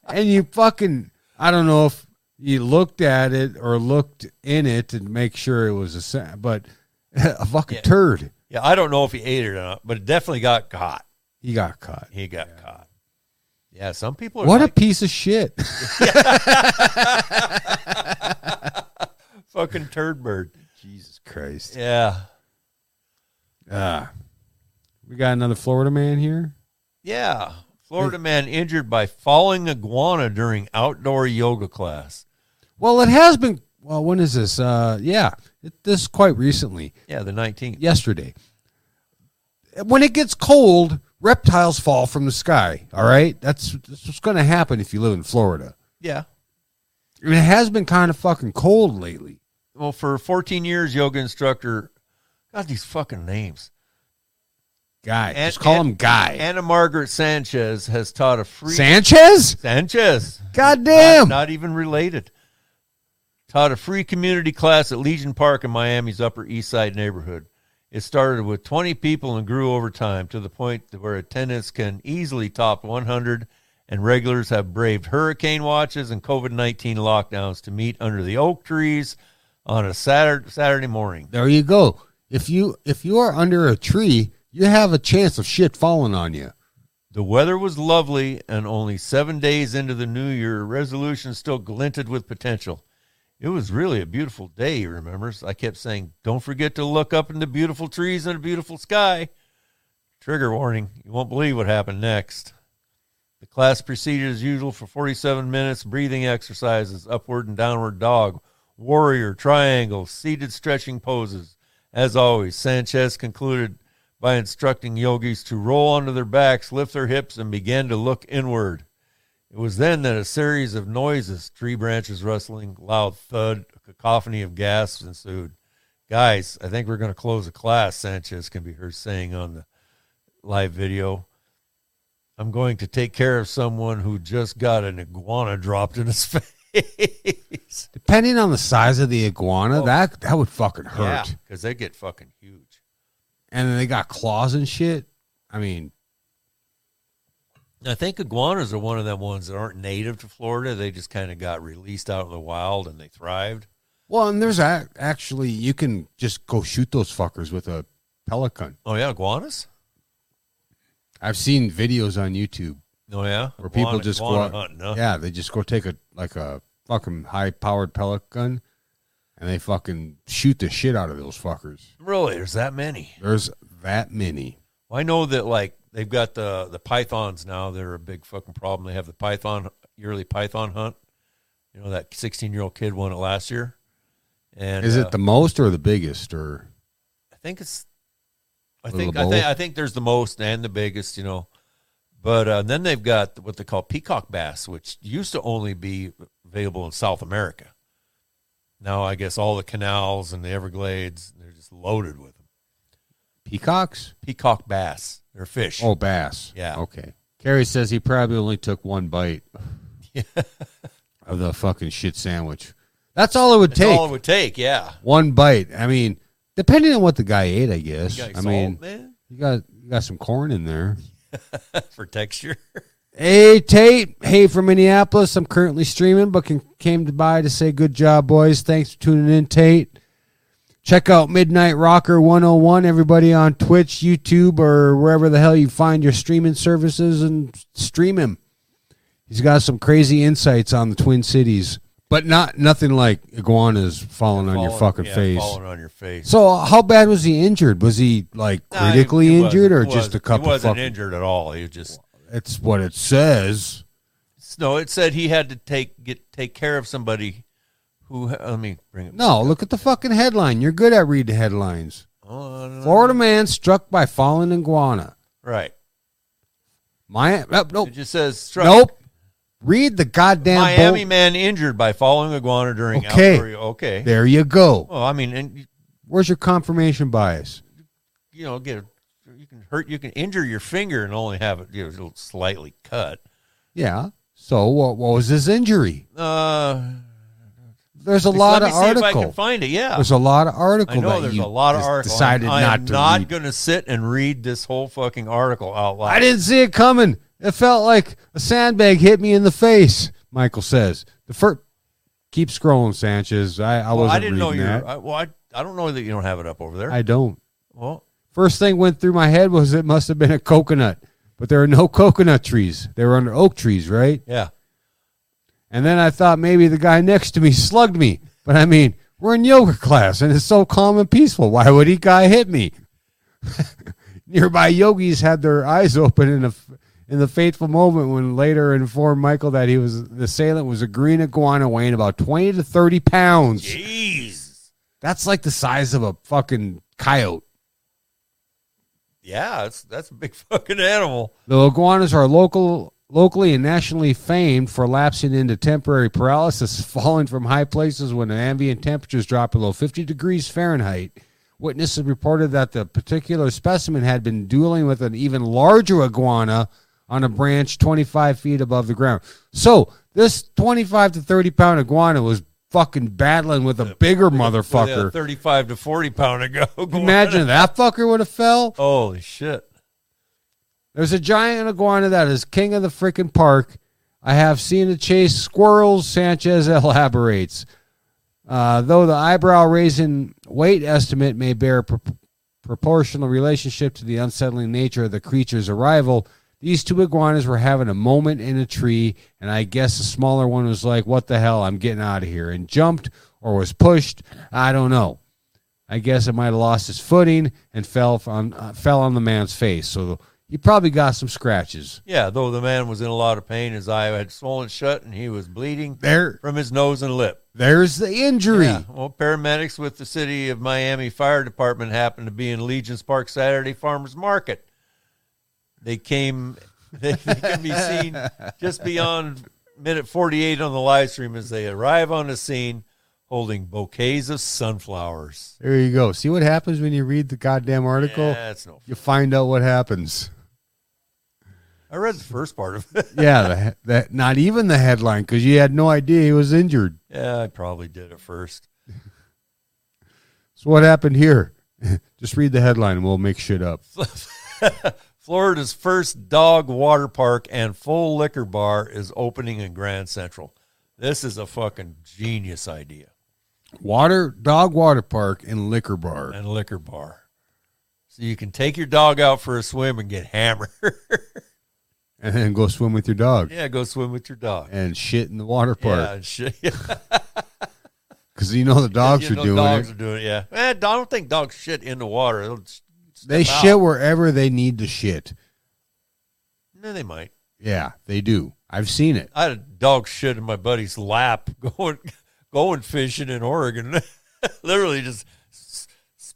and you fucking. I don't know if you looked at it or looked in it and make sure it was a sa- but a fucking
Yeah.
turd.
Yeah, I don't know if he ate it or not, but it definitely got caught.
He got caught.
He got caught. Yeah, some people are
What
like
a piece of shit.
fucking turd bird.
Jesus Christ.
Yeah.
Ah. We got another Florida man here.
Yeah. Florida man injured by falling iguana during outdoor yoga class.
Well, it has been. Well, when is this? Uh, yeah, it, this is quite recently.
Yeah, the 19th.
Yesterday. When it gets cold, reptiles fall from the sky. All right, that's, that's what's going to happen if you live in Florida.
Yeah.
And it has been kind of fucking cold lately.
Well, for 14 years, yoga instructor, God, these fucking names.
Guy,
An-
just call
An-
him Guy
Anna Margaret Sanchez has taught a free.
Sanchez.
Sanchez. Not,
Goddamn.
not even related. Taught a free community class at Legion Park in Miami's Upper East Side neighborhood. It started with 20 people and grew over time to the point that where attendance can easily top 100, and regulars have braved hurricane watches and COVID 19 lockdowns to meet under the oak trees on a Saturday, Saturday morning.
There you go. If you if you are under a tree, you have a chance of shit falling on you.
The weather was lovely, and only seven days into the new year, resolution still glinted with potential. It was really a beautiful day, he remembers. I kept saying, Don't forget to look up in the beautiful trees and the beautiful sky. Trigger warning, you won't believe what happened next. The class proceeded as usual for 47 minutes breathing exercises, upward and downward dog, warrior, triangle, seated stretching poses. As always, Sanchez concluded by instructing yogis to roll onto their backs, lift their hips, and begin to look inward. It was then that a series of noises, tree branches rustling, loud thud, a cacophony of gasps ensued. Guys, I think we're going to close the class, Sanchez can be heard saying on the live video. I'm going to take care of someone who just got an iguana dropped in his face.
Depending on the size of the iguana, that that would fucking hurt.
because they get fucking huge.
And then they got claws and shit. I mean,
I think iguanas are one of them ones that aren't native to Florida. They just kind of got released out in the wild and they thrived.
well, and there's a, actually you can just go shoot those fuckers with a pelican.
Oh yeah, iguanas.
I've seen videos on YouTube
Oh yeah,
where people
Iguana-
just go
iguana
out,
hunting, huh?
yeah, they just go take a like a fucking high powered pelican, and they fucking shoot the shit out of those fuckers.
Really, there's that many.
There's that many.
Well, I know that like they've got the the pythons now. They're a big fucking problem. They have the python yearly python hunt. You know that sixteen year old kid won it last year. And
Is
uh,
it the most or the biggest or
I think it's. I
Little
think I
bowl?
think I think there's the most and the biggest, you know, but uh, then they've got what they call peacock bass, which used to only be available in South America. Now I guess all the canals and the Everglades they're just loaded with them.
peacocks?
Peacock bass, they're fish.
Oh, bass.
Yeah.
Okay. Carrie says he probably only took one bite of the fucking shit sandwich. That's all it would
That's
take.
all it would take. Yeah,
one bite. I mean, depending on what the guy ate, I guess.
You got
I
salt,
mean,
man,
you got you got some corn in there.
for texture.
Hey Tate, hey from Minneapolis. I'm currently streaming, but can, came to by to say good job, boys. Thanks for tuning in, Tate. Check out Midnight Rocker 101, everybody on Twitch, YouTube, or wherever the hell you find your streaming services and stream him. He's got some crazy insights on the Twin Cities, but not nothing like iguanas falling on your
Falling-
fucking
yeah,
face.
Falling on your face.
So how bad was he injured? Was he like
Nah, he-
critically
he wasn't-
injured, or
he
just a
wasn't-
couple?
He wasn't
fucking,
injured at all. He was just
It's what it says.
no. It said he had to take get take care of somebody who. Let me bring it.
No, look at the fucking headline. You're good at reading headlines.
Oh, I don't know.
Florida man struck by fallen iguana.
Right.
Miami. Oh, nope.
It just says struck.
Nope. Read the goddamn.
Miami
bolt.
man injured by following iguana during
Okay.
outdoor. Okay.
There you go.
Well, I mean, and you-
Where's your confirmation bias?
you know, get you can hurt, you can injure your finger and only have it you know, it'll slightly cut.
Yeah. So what? What was his injury?
Uh,
There's a lot
let
of
me see if I can
article.
find it. Yeah.
There's a lot of article.
I know
that
there's
you
a lot of
just
articles.
Decided
I
not
am
to
not
read.
going to sit and read this whole fucking article out loud.
I didn't see it coming. It felt like a sandbag hit me in the face. Michael says the first. Keep scrolling, Sanchez. I, I
Well,
wasn't
I didn't know
reading
you.
that.
I, well, I, I don't know that you don't have it up over there.
I don't.
well,
First thing went through my head was it must have been a coconut, but there are no coconut trees. They were under oak trees, right?
yeah.
And then I thought maybe the guy next to me slugged me. But I mean, we're in yoga class and it's so calm and peaceful. Why would he guy hit me? Nearby yogis had their eyes open in a in the fateful moment when later informed Michael that he was the assailant was a green iguana weighing about twenty to thirty pounds.
Jeez.
That's like the size of a fucking coyote.
Yeah, it's, that's a big fucking animal.
The iguanas are local, locally and nationally famed for lapsing into temporary paralysis, falling from high places when the ambient temperatures drop below 50 degrees Fahrenheit. Witnesses reported that the particular specimen had been dueling with an even larger iguana on a branch 25 feet above the ground. So this 25 to 30 pound iguana was fucking battling with a bigger
With a
motherfucker.
Thirty-five to forty pound ago.
Imagine if that fucker would have fell.
Holy shit.
There's a giant iguana that is king of the frickin' park. I have seen it chase squirrels, Sanchez elaborates. Uh, though the eyebrow raising weight estimate may bear a pro- proportional relationship to the unsettling nature of the creature's arrival, these two iguanas were having a moment in a tree, and I guess the smaller one was like, What the hell? I'm getting out of here, and jumped or was pushed. I don't know. I guess it might have lost his footing and fell on uh, fell on the man's face. So he probably got some scratches.
Yeah, though the man was in a lot of pain, his eye had swollen shut and he was bleeding
There,
from his nose and lip.
there's the injury.
Yeah, well, paramedics with the city of Miami Fire Department happened to be in Legion's Park Saturday Farmers Market. They came, they, they can be seen just beyond minute 48 on the live stream as they arrive on the scene holding bouquets of sunflowers.
There you go. See what happens when you read the goddamn article.
That's no.
You find out what happens.
I read the first part of it.
Yeah, the, he- that not even the headline because you had no idea he was injured.
yeah, I probably did at first.
So what happened here? Just read the headline and we'll make shit up.
Florida's first dog water park and full liquor bar is opening in Grand Central. This is a fucking genius idea.
Water dog water park and liquor bar.
and liquor bar. so you can take your dog out for a swim and get hammered.
and then go swim with your dog
yeah, go swim with your dog.
and shit in the water
Yeah,
park
and shit. Yeah,
because you know the dogs
you
are
know,
doing
dogs
it.
are doing it. Yeah, Eh, I don't think dogs shit in the water. They'll just step
They
out.
shit wherever they need to shit.
No, they might.
Yeah, they do. I've seen it.
I had a dog shit in my buddy's lap going going fishing in Oregon. Literally just s- s-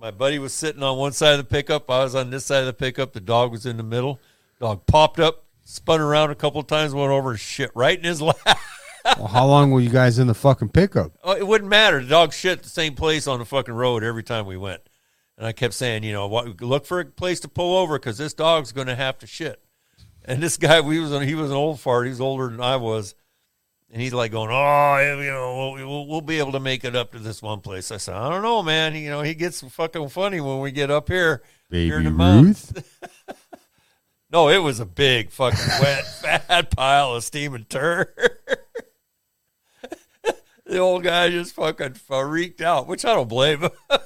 my buddy was sitting on one side of the pickup, I was on this side of the pickup, the dog was in the middle. Dog popped up, spun around a couple times, went over and shit right in his lap.
Well, how long were you guys in the fucking pickup?
Oh, it wouldn't matter. The dog shit the same place on the fucking road every time we went. And I kept saying, you know, what, look for a place to pull over because this dog's going to have to shit. And this guy, we was he was an old fart. He was older than I was, and he's like going, "Oh, yeah, you know, we'll, we'll, we'll be able to make it up to this one place." I said, "I don't know, man. You know, he gets fucking funny when we get up here." here in
Baby
the mountains."
Ruth?
No, it was a big fucking wet, fat pile of steaming turd. the old guy just fucking freaked out, which I don't blame him.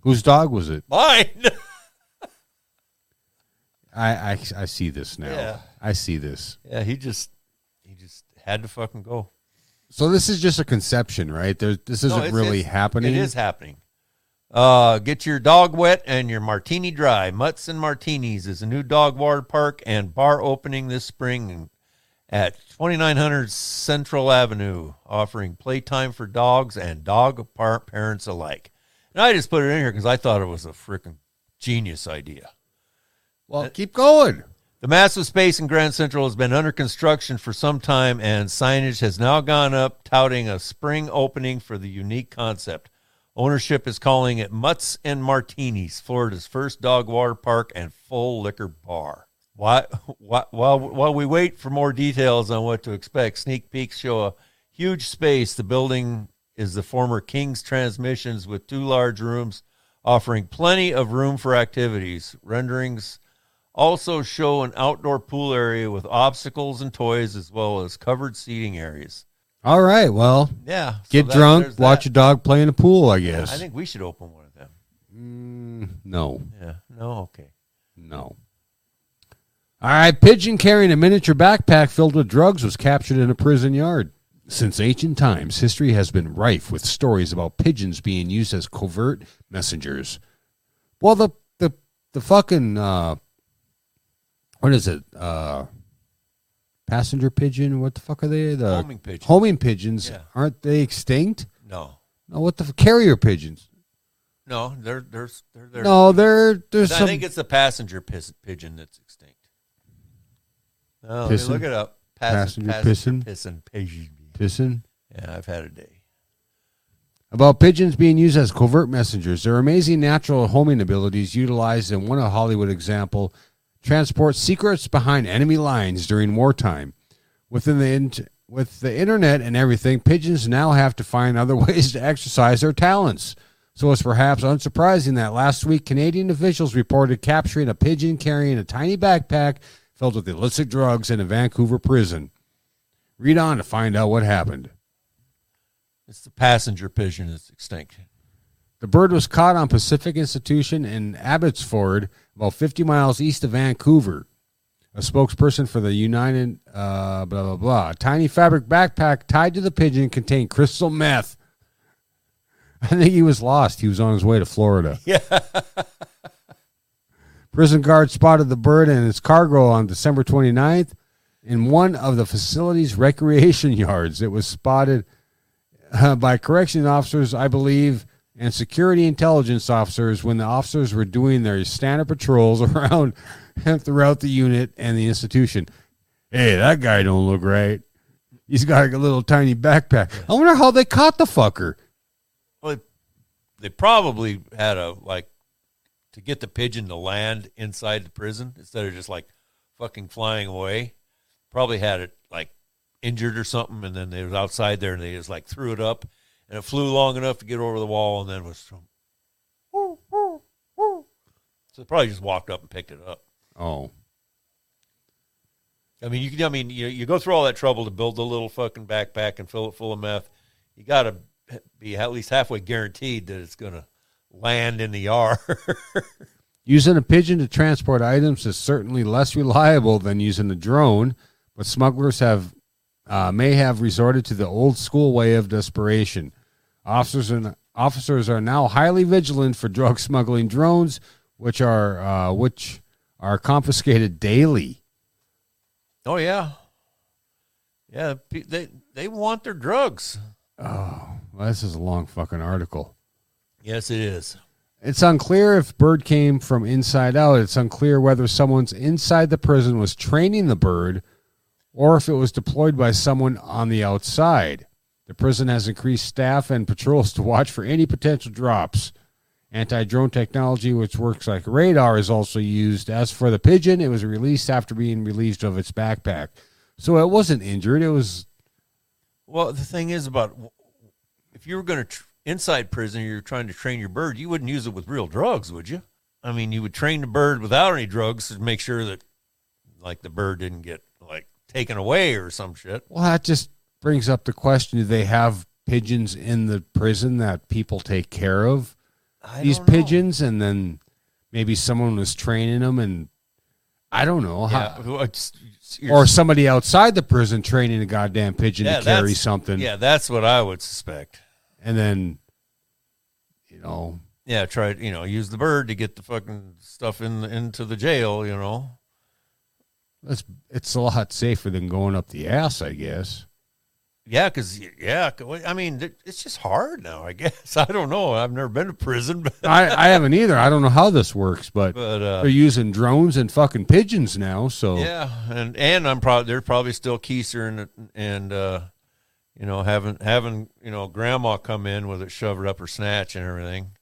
Whose dog was it?
Mine.
I, I, I see this now.
Yeah.
I see this.
Yeah, he just he just had to fucking go.
So this is just a conception, right? There, this isn't
No, it's-
really
it's-
happening.
It is happening. Uh, get your dog wet and your martini dry. Mutts and Martinis is a new dog water park and bar opening this spring at 2900 Central Avenue, offering playtime for dogs and dog par- parents alike. And I just put it in here because I thought it was a freaking genius idea.
Well, keep going.
The massive space in Grand Central has been under construction for some time, and signage has now gone up touting a spring opening for the unique concept. Ownership is calling it Mutts and Martinis, Florida's first dog water park and full liquor bar. Why, why, while, while we wait for more details on what to expect, sneak peeks show a huge space. The building is the former King's Transmissions with two large rooms offering plenty of room for activities. Renderings also show an outdoor pool area with obstacles and toys as well as covered seating areas.
All right. Well,
Yeah. so
get
that-
drunk,
there's
watch a
that.
dog play in a pool. I guess.
I think we should open one of them.
Mm, no,
Yeah. No, okay.
no. All right. Pigeon carrying a miniature backpack filled with drugs was captured in a prison yard. Since ancient times, history has been rife with stories about pigeons being used as covert messengers. Well, the the the fucking uh, what is it? Uh, passenger pigeon? What the fuck are they? The
Homing pigeon.
homing pigeons
Yeah.
aren't they extinct?
No.
No, what the f- carrier pigeons?
No, they're they're they're there.
no, they're
I
there's some.
think it's the passenger pis- pigeon that's extinct. No, let me
Pissin'?
Oh, look it up.
Passenger pissin'?
pissin' pigeon.
Pissin.
Yeah, I've had a day.
About pigeons being used as covert messengers, their amazing natural homing abilities utilized in one Hollywood example transport secrets behind enemy lines during wartime. Within the int- with the internet and everything, pigeons now have to find other ways to exercise their talents. So it's perhaps unsurprising that last week Canadian officials reported capturing a pigeon carrying a tiny backpack filled with illicit drugs in a Vancouver prison. Read on to find out what happened.
It's the passenger pigeon that's extinct.
The bird was caught on Pacific Institution in Abbotsford, about 50 miles east of Vancouver. A spokesperson for the United, uh, blah, blah, blah. A tiny fabric backpack tied to the pigeon contained crystal meth. I think he was lost. He was on his way to Florida.
Yeah.
Prison guards spotted the bird and its cargo on December 29th in one of the facility's recreation yards. It was spotted uh, by correction officers, I believe, and security intelligence officers when the officers were doing their standard patrols around throughout the unit and the institution. Hey, that guy don't look right. He's got a little tiny backpack. I wonder how they caught the fucker.
Well, they probably had a like to get the pigeon to land inside the prison instead of just like fucking flying away. Probably had it like injured or something, and then they was outside there and they just like threw it up, and it flew long enough to get over the wall, and then was from. So they probably just walked up and picked it up.
Oh,
I mean, you can. I mean, you you go through all that trouble to build the little fucking backpack and fill it full of meth. You got to be at least halfway guaranteed that it's gonna land in the yard.
Using a pigeon to transport items is certainly less reliable than using a drone, but smugglers have uh, may have resorted to the old school way of desperation. Officers and officers are now highly vigilant for drug smuggling drones, which are uh, which are confiscated daily.
oh yeah, yeah. pe- They they want their drugs.
Oh, well, this is a long fucking article.
Yes, it is.
It's unclear if bird came from inside out. It's unclear whether someone's inside the prison was training the bird or if it was deployed by someone on the outside. The prison has increased staff and patrols to watch for any potential drops. Anti drone technology, which works like radar, is also used. As for the pigeon, it was released after being released of its backpack. So it wasn't injured. It was,
Well, the thing is about if you were going to tr- inside prison, you're trying to train your bird. You wouldn't use it with real drugs, would you? I mean, you would train the bird without any drugs to make sure that, like, the bird didn't get like taken away or some shit.
well, that just brings up the question do they have pigeons in the prison that people take care of?
I
these
don't know.
pigeons and then maybe someone was training them and I don't know
Yeah,
how,
well, it's- it's- you're-
or somebody outside the prison training a goddamn pigeon
yeah,
to carry
that's-
something
Yeah, that's what I would suspect.
and then you know
Yeah, try you know use the bird to get the fucking stuff in into the jail. You know.
that's it's a lot safer than going up the ass I guess
Yeah, because yeah, 'cause, I mean th- it's just hard now. I guess I don't know. I've never been to prison, but
I, I haven't either I don't know how this works but
but uh,
they're using drones and fucking pigeons now so
Yeah, and and I'm probably they're probably still keister and and uh, you know having having you know grandma come in with it shoved up her snatch and everything.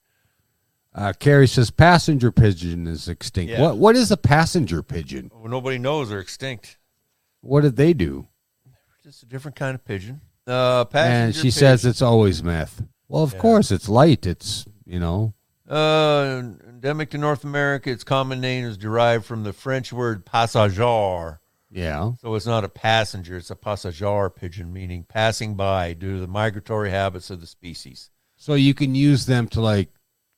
uh, Carrie says passenger pigeon is extinct
Yeah.
what what is a passenger pigeon
Well, nobody knows they're extinct.
what did they do
Just a different kind of pigeon. Uh, passenger
and she
pigeon.
says it's always meth. Well, of course, it's light. It's you know,
uh, endemic to North America. Its common name is derived from the French word passager.
yeah.
So it's not a passenger; it's a passager pigeon, meaning passing by due to the migratory habits of the species.
So you can use them to like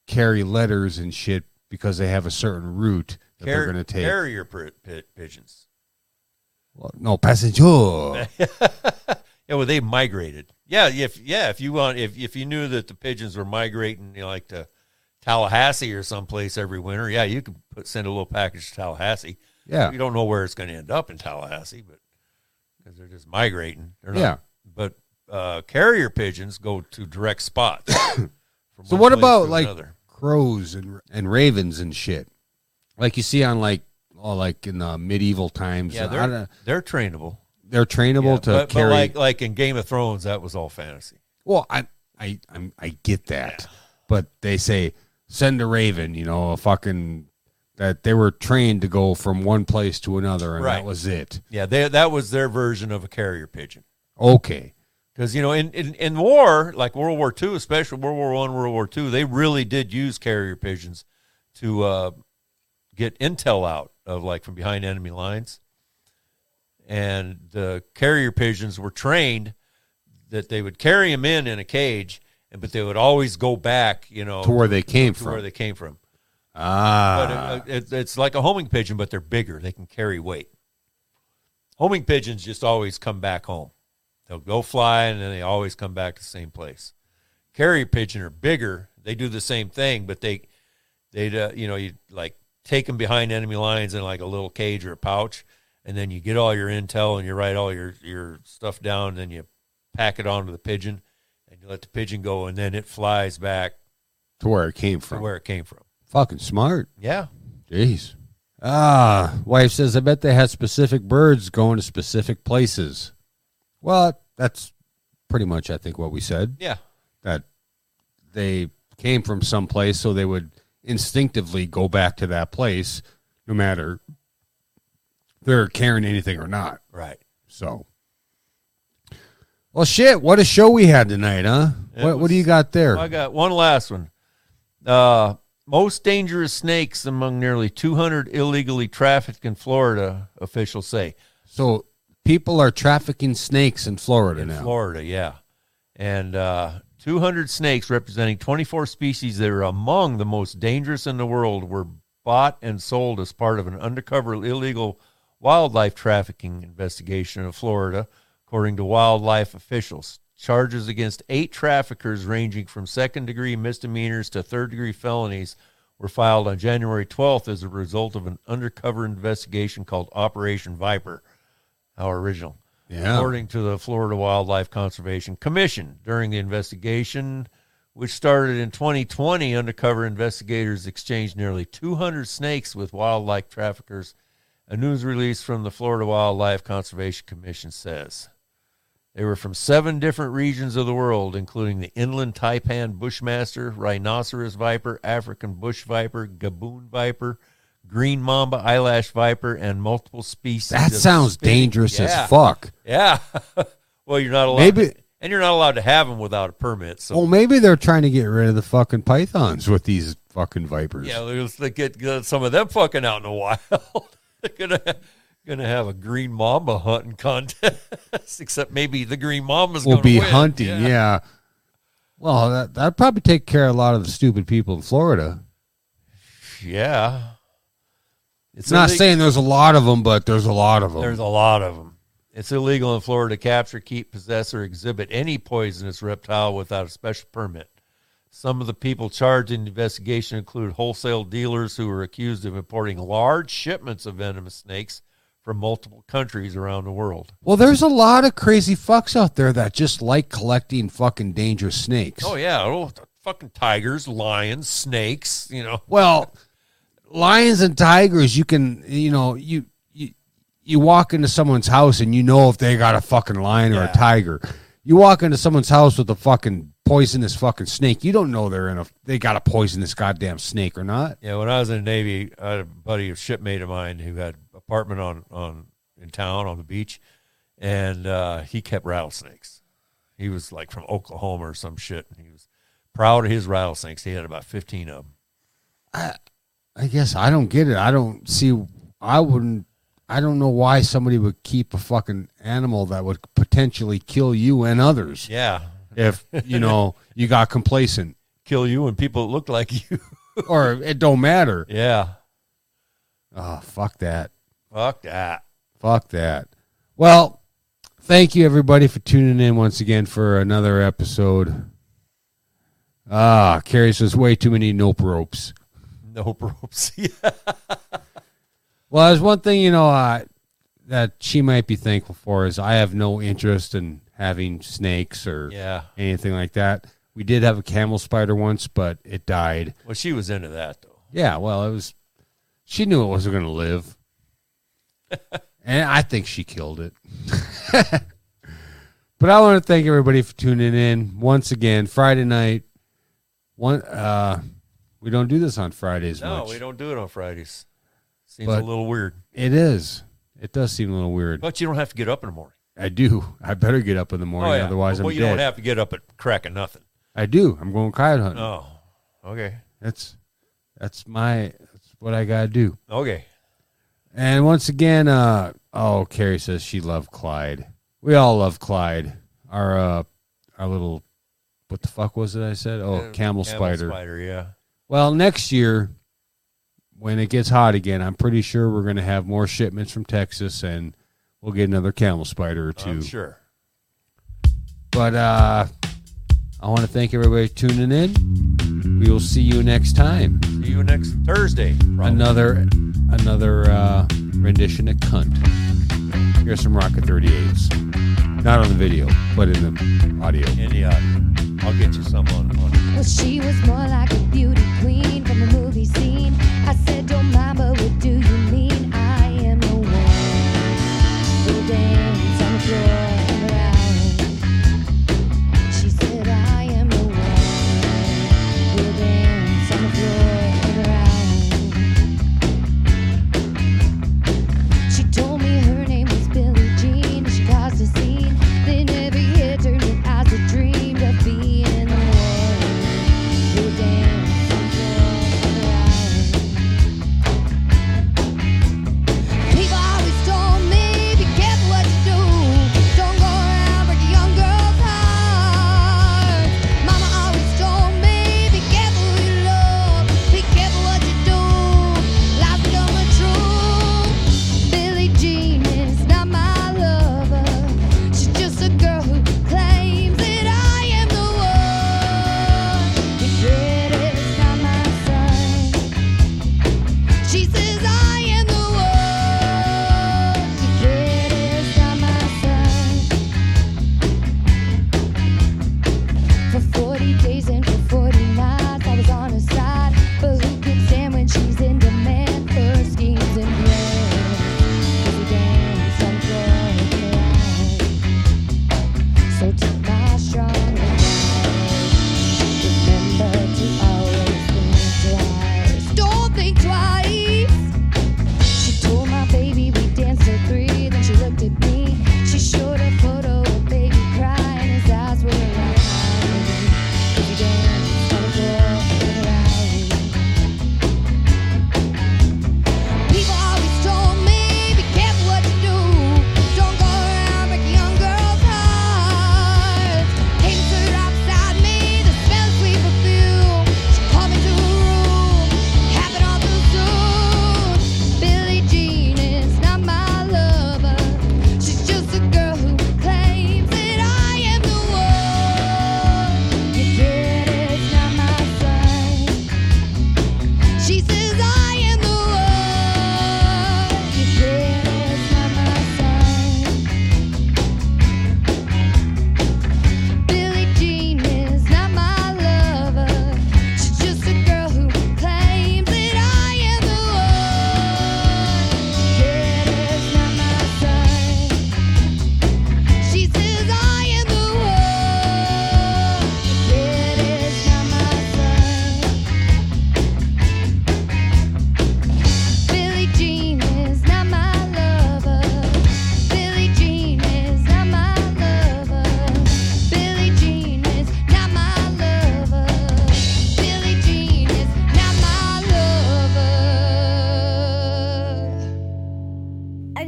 carry letters and shit because they have a certain route that
Car-
they're going to take.
Carrier pri- pi- pigeons.
Well, no passenger.
Yeah, well, they migrated. Yeah, if yeah, if you want, if if you knew that the pigeons were migrating, you know, like to Tallahassee or someplace every winter, yeah, you could put, send a little package to Tallahassee.
yeah,
You don't know where it's going to end up in Tallahassee, but because they're just migrating, they're not,
yeah.
But uh, carrier pigeons go to direct spots. from
So
one
what
place
about
to
like
another.
crows and and ravens and shit, like you see on like oh like in the medieval times?
Yeah,
I
they're
don't-
they're trainable.
they're trainable
Yeah,
to
but,
carry.
but like like in Game of Thrones, that was all fantasy.
Well, I I I'm, I get that, but they say send a raven. You know, a fucking that they were trained to go from one place to another, and
Right.
that was it.
Yeah, they, that was their version of a carrier pigeon.
Okay,
Because you know, in, in, in war, like World War II, especially World War One, World War II, they really did use carrier pigeons to uh, get intel out of like from behind enemy lines. And the carrier pigeons were trained that they would carry them in in a cage, and but they would always go back, you know,
to where they came
to
from.
where they came from. But
ah,
uh, it, it's like a homing pigeon, but they're bigger. They can carry weight. Homing pigeons just always come back home. They'll go fly and then they always come back to the same place. Carrier pigeon are bigger. They do the same thing, but they they uh, you know you like take them behind enemy lines in like a little cage or a pouch, and then you get all your intel and you write all your your stuff down, and then you pack it onto the pigeon, and you let the pigeon go, and then it flies back
to where it came
to
from.
where it came from.
Fucking smart.
Yeah.
Jeez. Ah, wife says I bet they had specific birds going to specific places. Well, that's pretty much I think what we said.
Yeah.
that they came from someplace, so they would instinctively go back to that place, no matter they're carrying anything or not.
Right.
So, well, shit, what a show we had tonight, huh?
It
What, what do
was-
you got there?
I got one last one. Uh, most dangerous snakes among nearly 200 illegally trafficked in Florida, officials say.
so, people are trafficking snakes in Florida
In
now.
Florida, yeah. And uh, 200 snakes representing 24 species that are among the most dangerous in the world were bought and sold as part of an undercover illegal wildlife trafficking investigation in Florida, according to wildlife officials. Charges against eight traffickers, ranging from second degree misdemeanors to third degree felonies, were filed on January 12th as a result of an undercover investigation called Operation Viper. How original.
Yeah.
According to the Florida Wildlife Conservation Commission, during the investigation, which started in 2020, undercover investigators exchanged nearly 200 snakes with wildlife traffickers, a news release from the Florida Wildlife Conservation Commission says. They were from seven different regions of the world, including the inland taipan bushmaster, rhinoceros viper, African bush viper, Gaboon viper, green mamba eyelash viper, and multiple species.
That
of
sounds
spitting-
dangerous
Yeah.
as fuck.
Yeah. well, you're not allowed.
Maybe-
and you're not allowed to have them without a permit. So
Well, maybe they're trying to get rid of the fucking pythons with these fucking vipers.
yeah, let's let- get, get some of them fucking out in the wild. They're gonna gonna have a green mamba hunting contest. Except maybe the green mamba's
will
gonna
be
win.
hunting. Yeah. Well, that that'd probably take care of a lot of the stupid people in Florida.
Yeah. It's
It's not
illeg-
saying there's a lot of them, but there's a lot of them.
There's a lot of them. It's illegal in Florida to capture, keep, possess, or exhibit any poisonous reptile without a special permit. Some of the people charged in the investigation include wholesale dealers who were accused of importing large shipments of venomous snakes from multiple countries around the world.
well, there's a lot of crazy fucks out there that just like collecting fucking dangerous snakes.
Oh yeah, oh, th- fucking tigers, lions, snakes. You know,
Well, lions and tigers, you can, you know, you you you walk into someone's house and you know if they got a fucking lion or
Yeah.
a tiger. You walk into someone's house with a fucking poisonous fucking snake. You don't know they're in a they got a poisonous goddamn snake or not.
Yeah, when I was in the Navy, I had a buddy, a shipmate of mine, who had apartment on on in town on the beach, and uh, he kept rattlesnakes. He was like from Oklahoma or some shit, and he was proud of his rattlesnakes. He had about fifteen of them.
I guess I don't get it. I don't see. I wouldn't. I don't know why somebody would keep a fucking animal that would potentially kill you and others
Yeah,
if you know you got complacent
kill you and people that look like you.
or it don't matter.
yeah,
Oh fuck that.
fuck that.
Fuck that. Well, thank you everybody for tuning in once again for another episode. Ah, Carrie says way too many nope ropes.
No ropes. yeah.
Well, there's one thing you know I, that she might be thankful for is I have no interest in having snakes or
yeah.
anything like that. We did have a camel spider once, but it died.
Well, she was into that though.
Yeah, well, it was. She knew it wasn't going to live, and I think she killed it. but I want to thank everybody for tuning in once again. Friday night, one. uh We don't do this on Fridays
No,
much.
we don't do it on Fridays. Seems
But-
a little weird,
It is. It does seem a little weird.
but you don't have to get up in the morning.
I do. I better get up in the morning, otherwise
Oh, well,
I'm
you
dead.
don't have to get up at crack of nothing.
I do. I'm going coyote hunting.
Oh, okay,
That's that's my that's what I gotta do.
okay.
And once again, uh, oh, Carrie says she loved Clyde. We all love Clyde. Our uh, our little, what the fuck was it I said? Oh,
Uh,
camel, spider.
yeah.
Well, next year, when it gets hot again, I'm pretty sure we're gonna have more shipments from Texas, and we'll get another camel spider or 2
I'm sure.
But uh, I want to thank everybody for tuning in. We will see you next time.
See you next Thursday. probably.
Another another uh, rendition of cunt. Here's some Rocket 38s. Not on the video, but in the audio.
In the audio. I'll get you some on, on
Well, she was more like a beauty queen from a movie scene. I said, Don't mind, but what do you mean? I am the one who dance on the floor and around. She said, I am the one who dance on the floor and around. She told me her name was Billie Jean. She caused a scene. Then every year turned it as a dream of being the one who danced on the floor and around.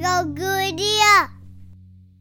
so good.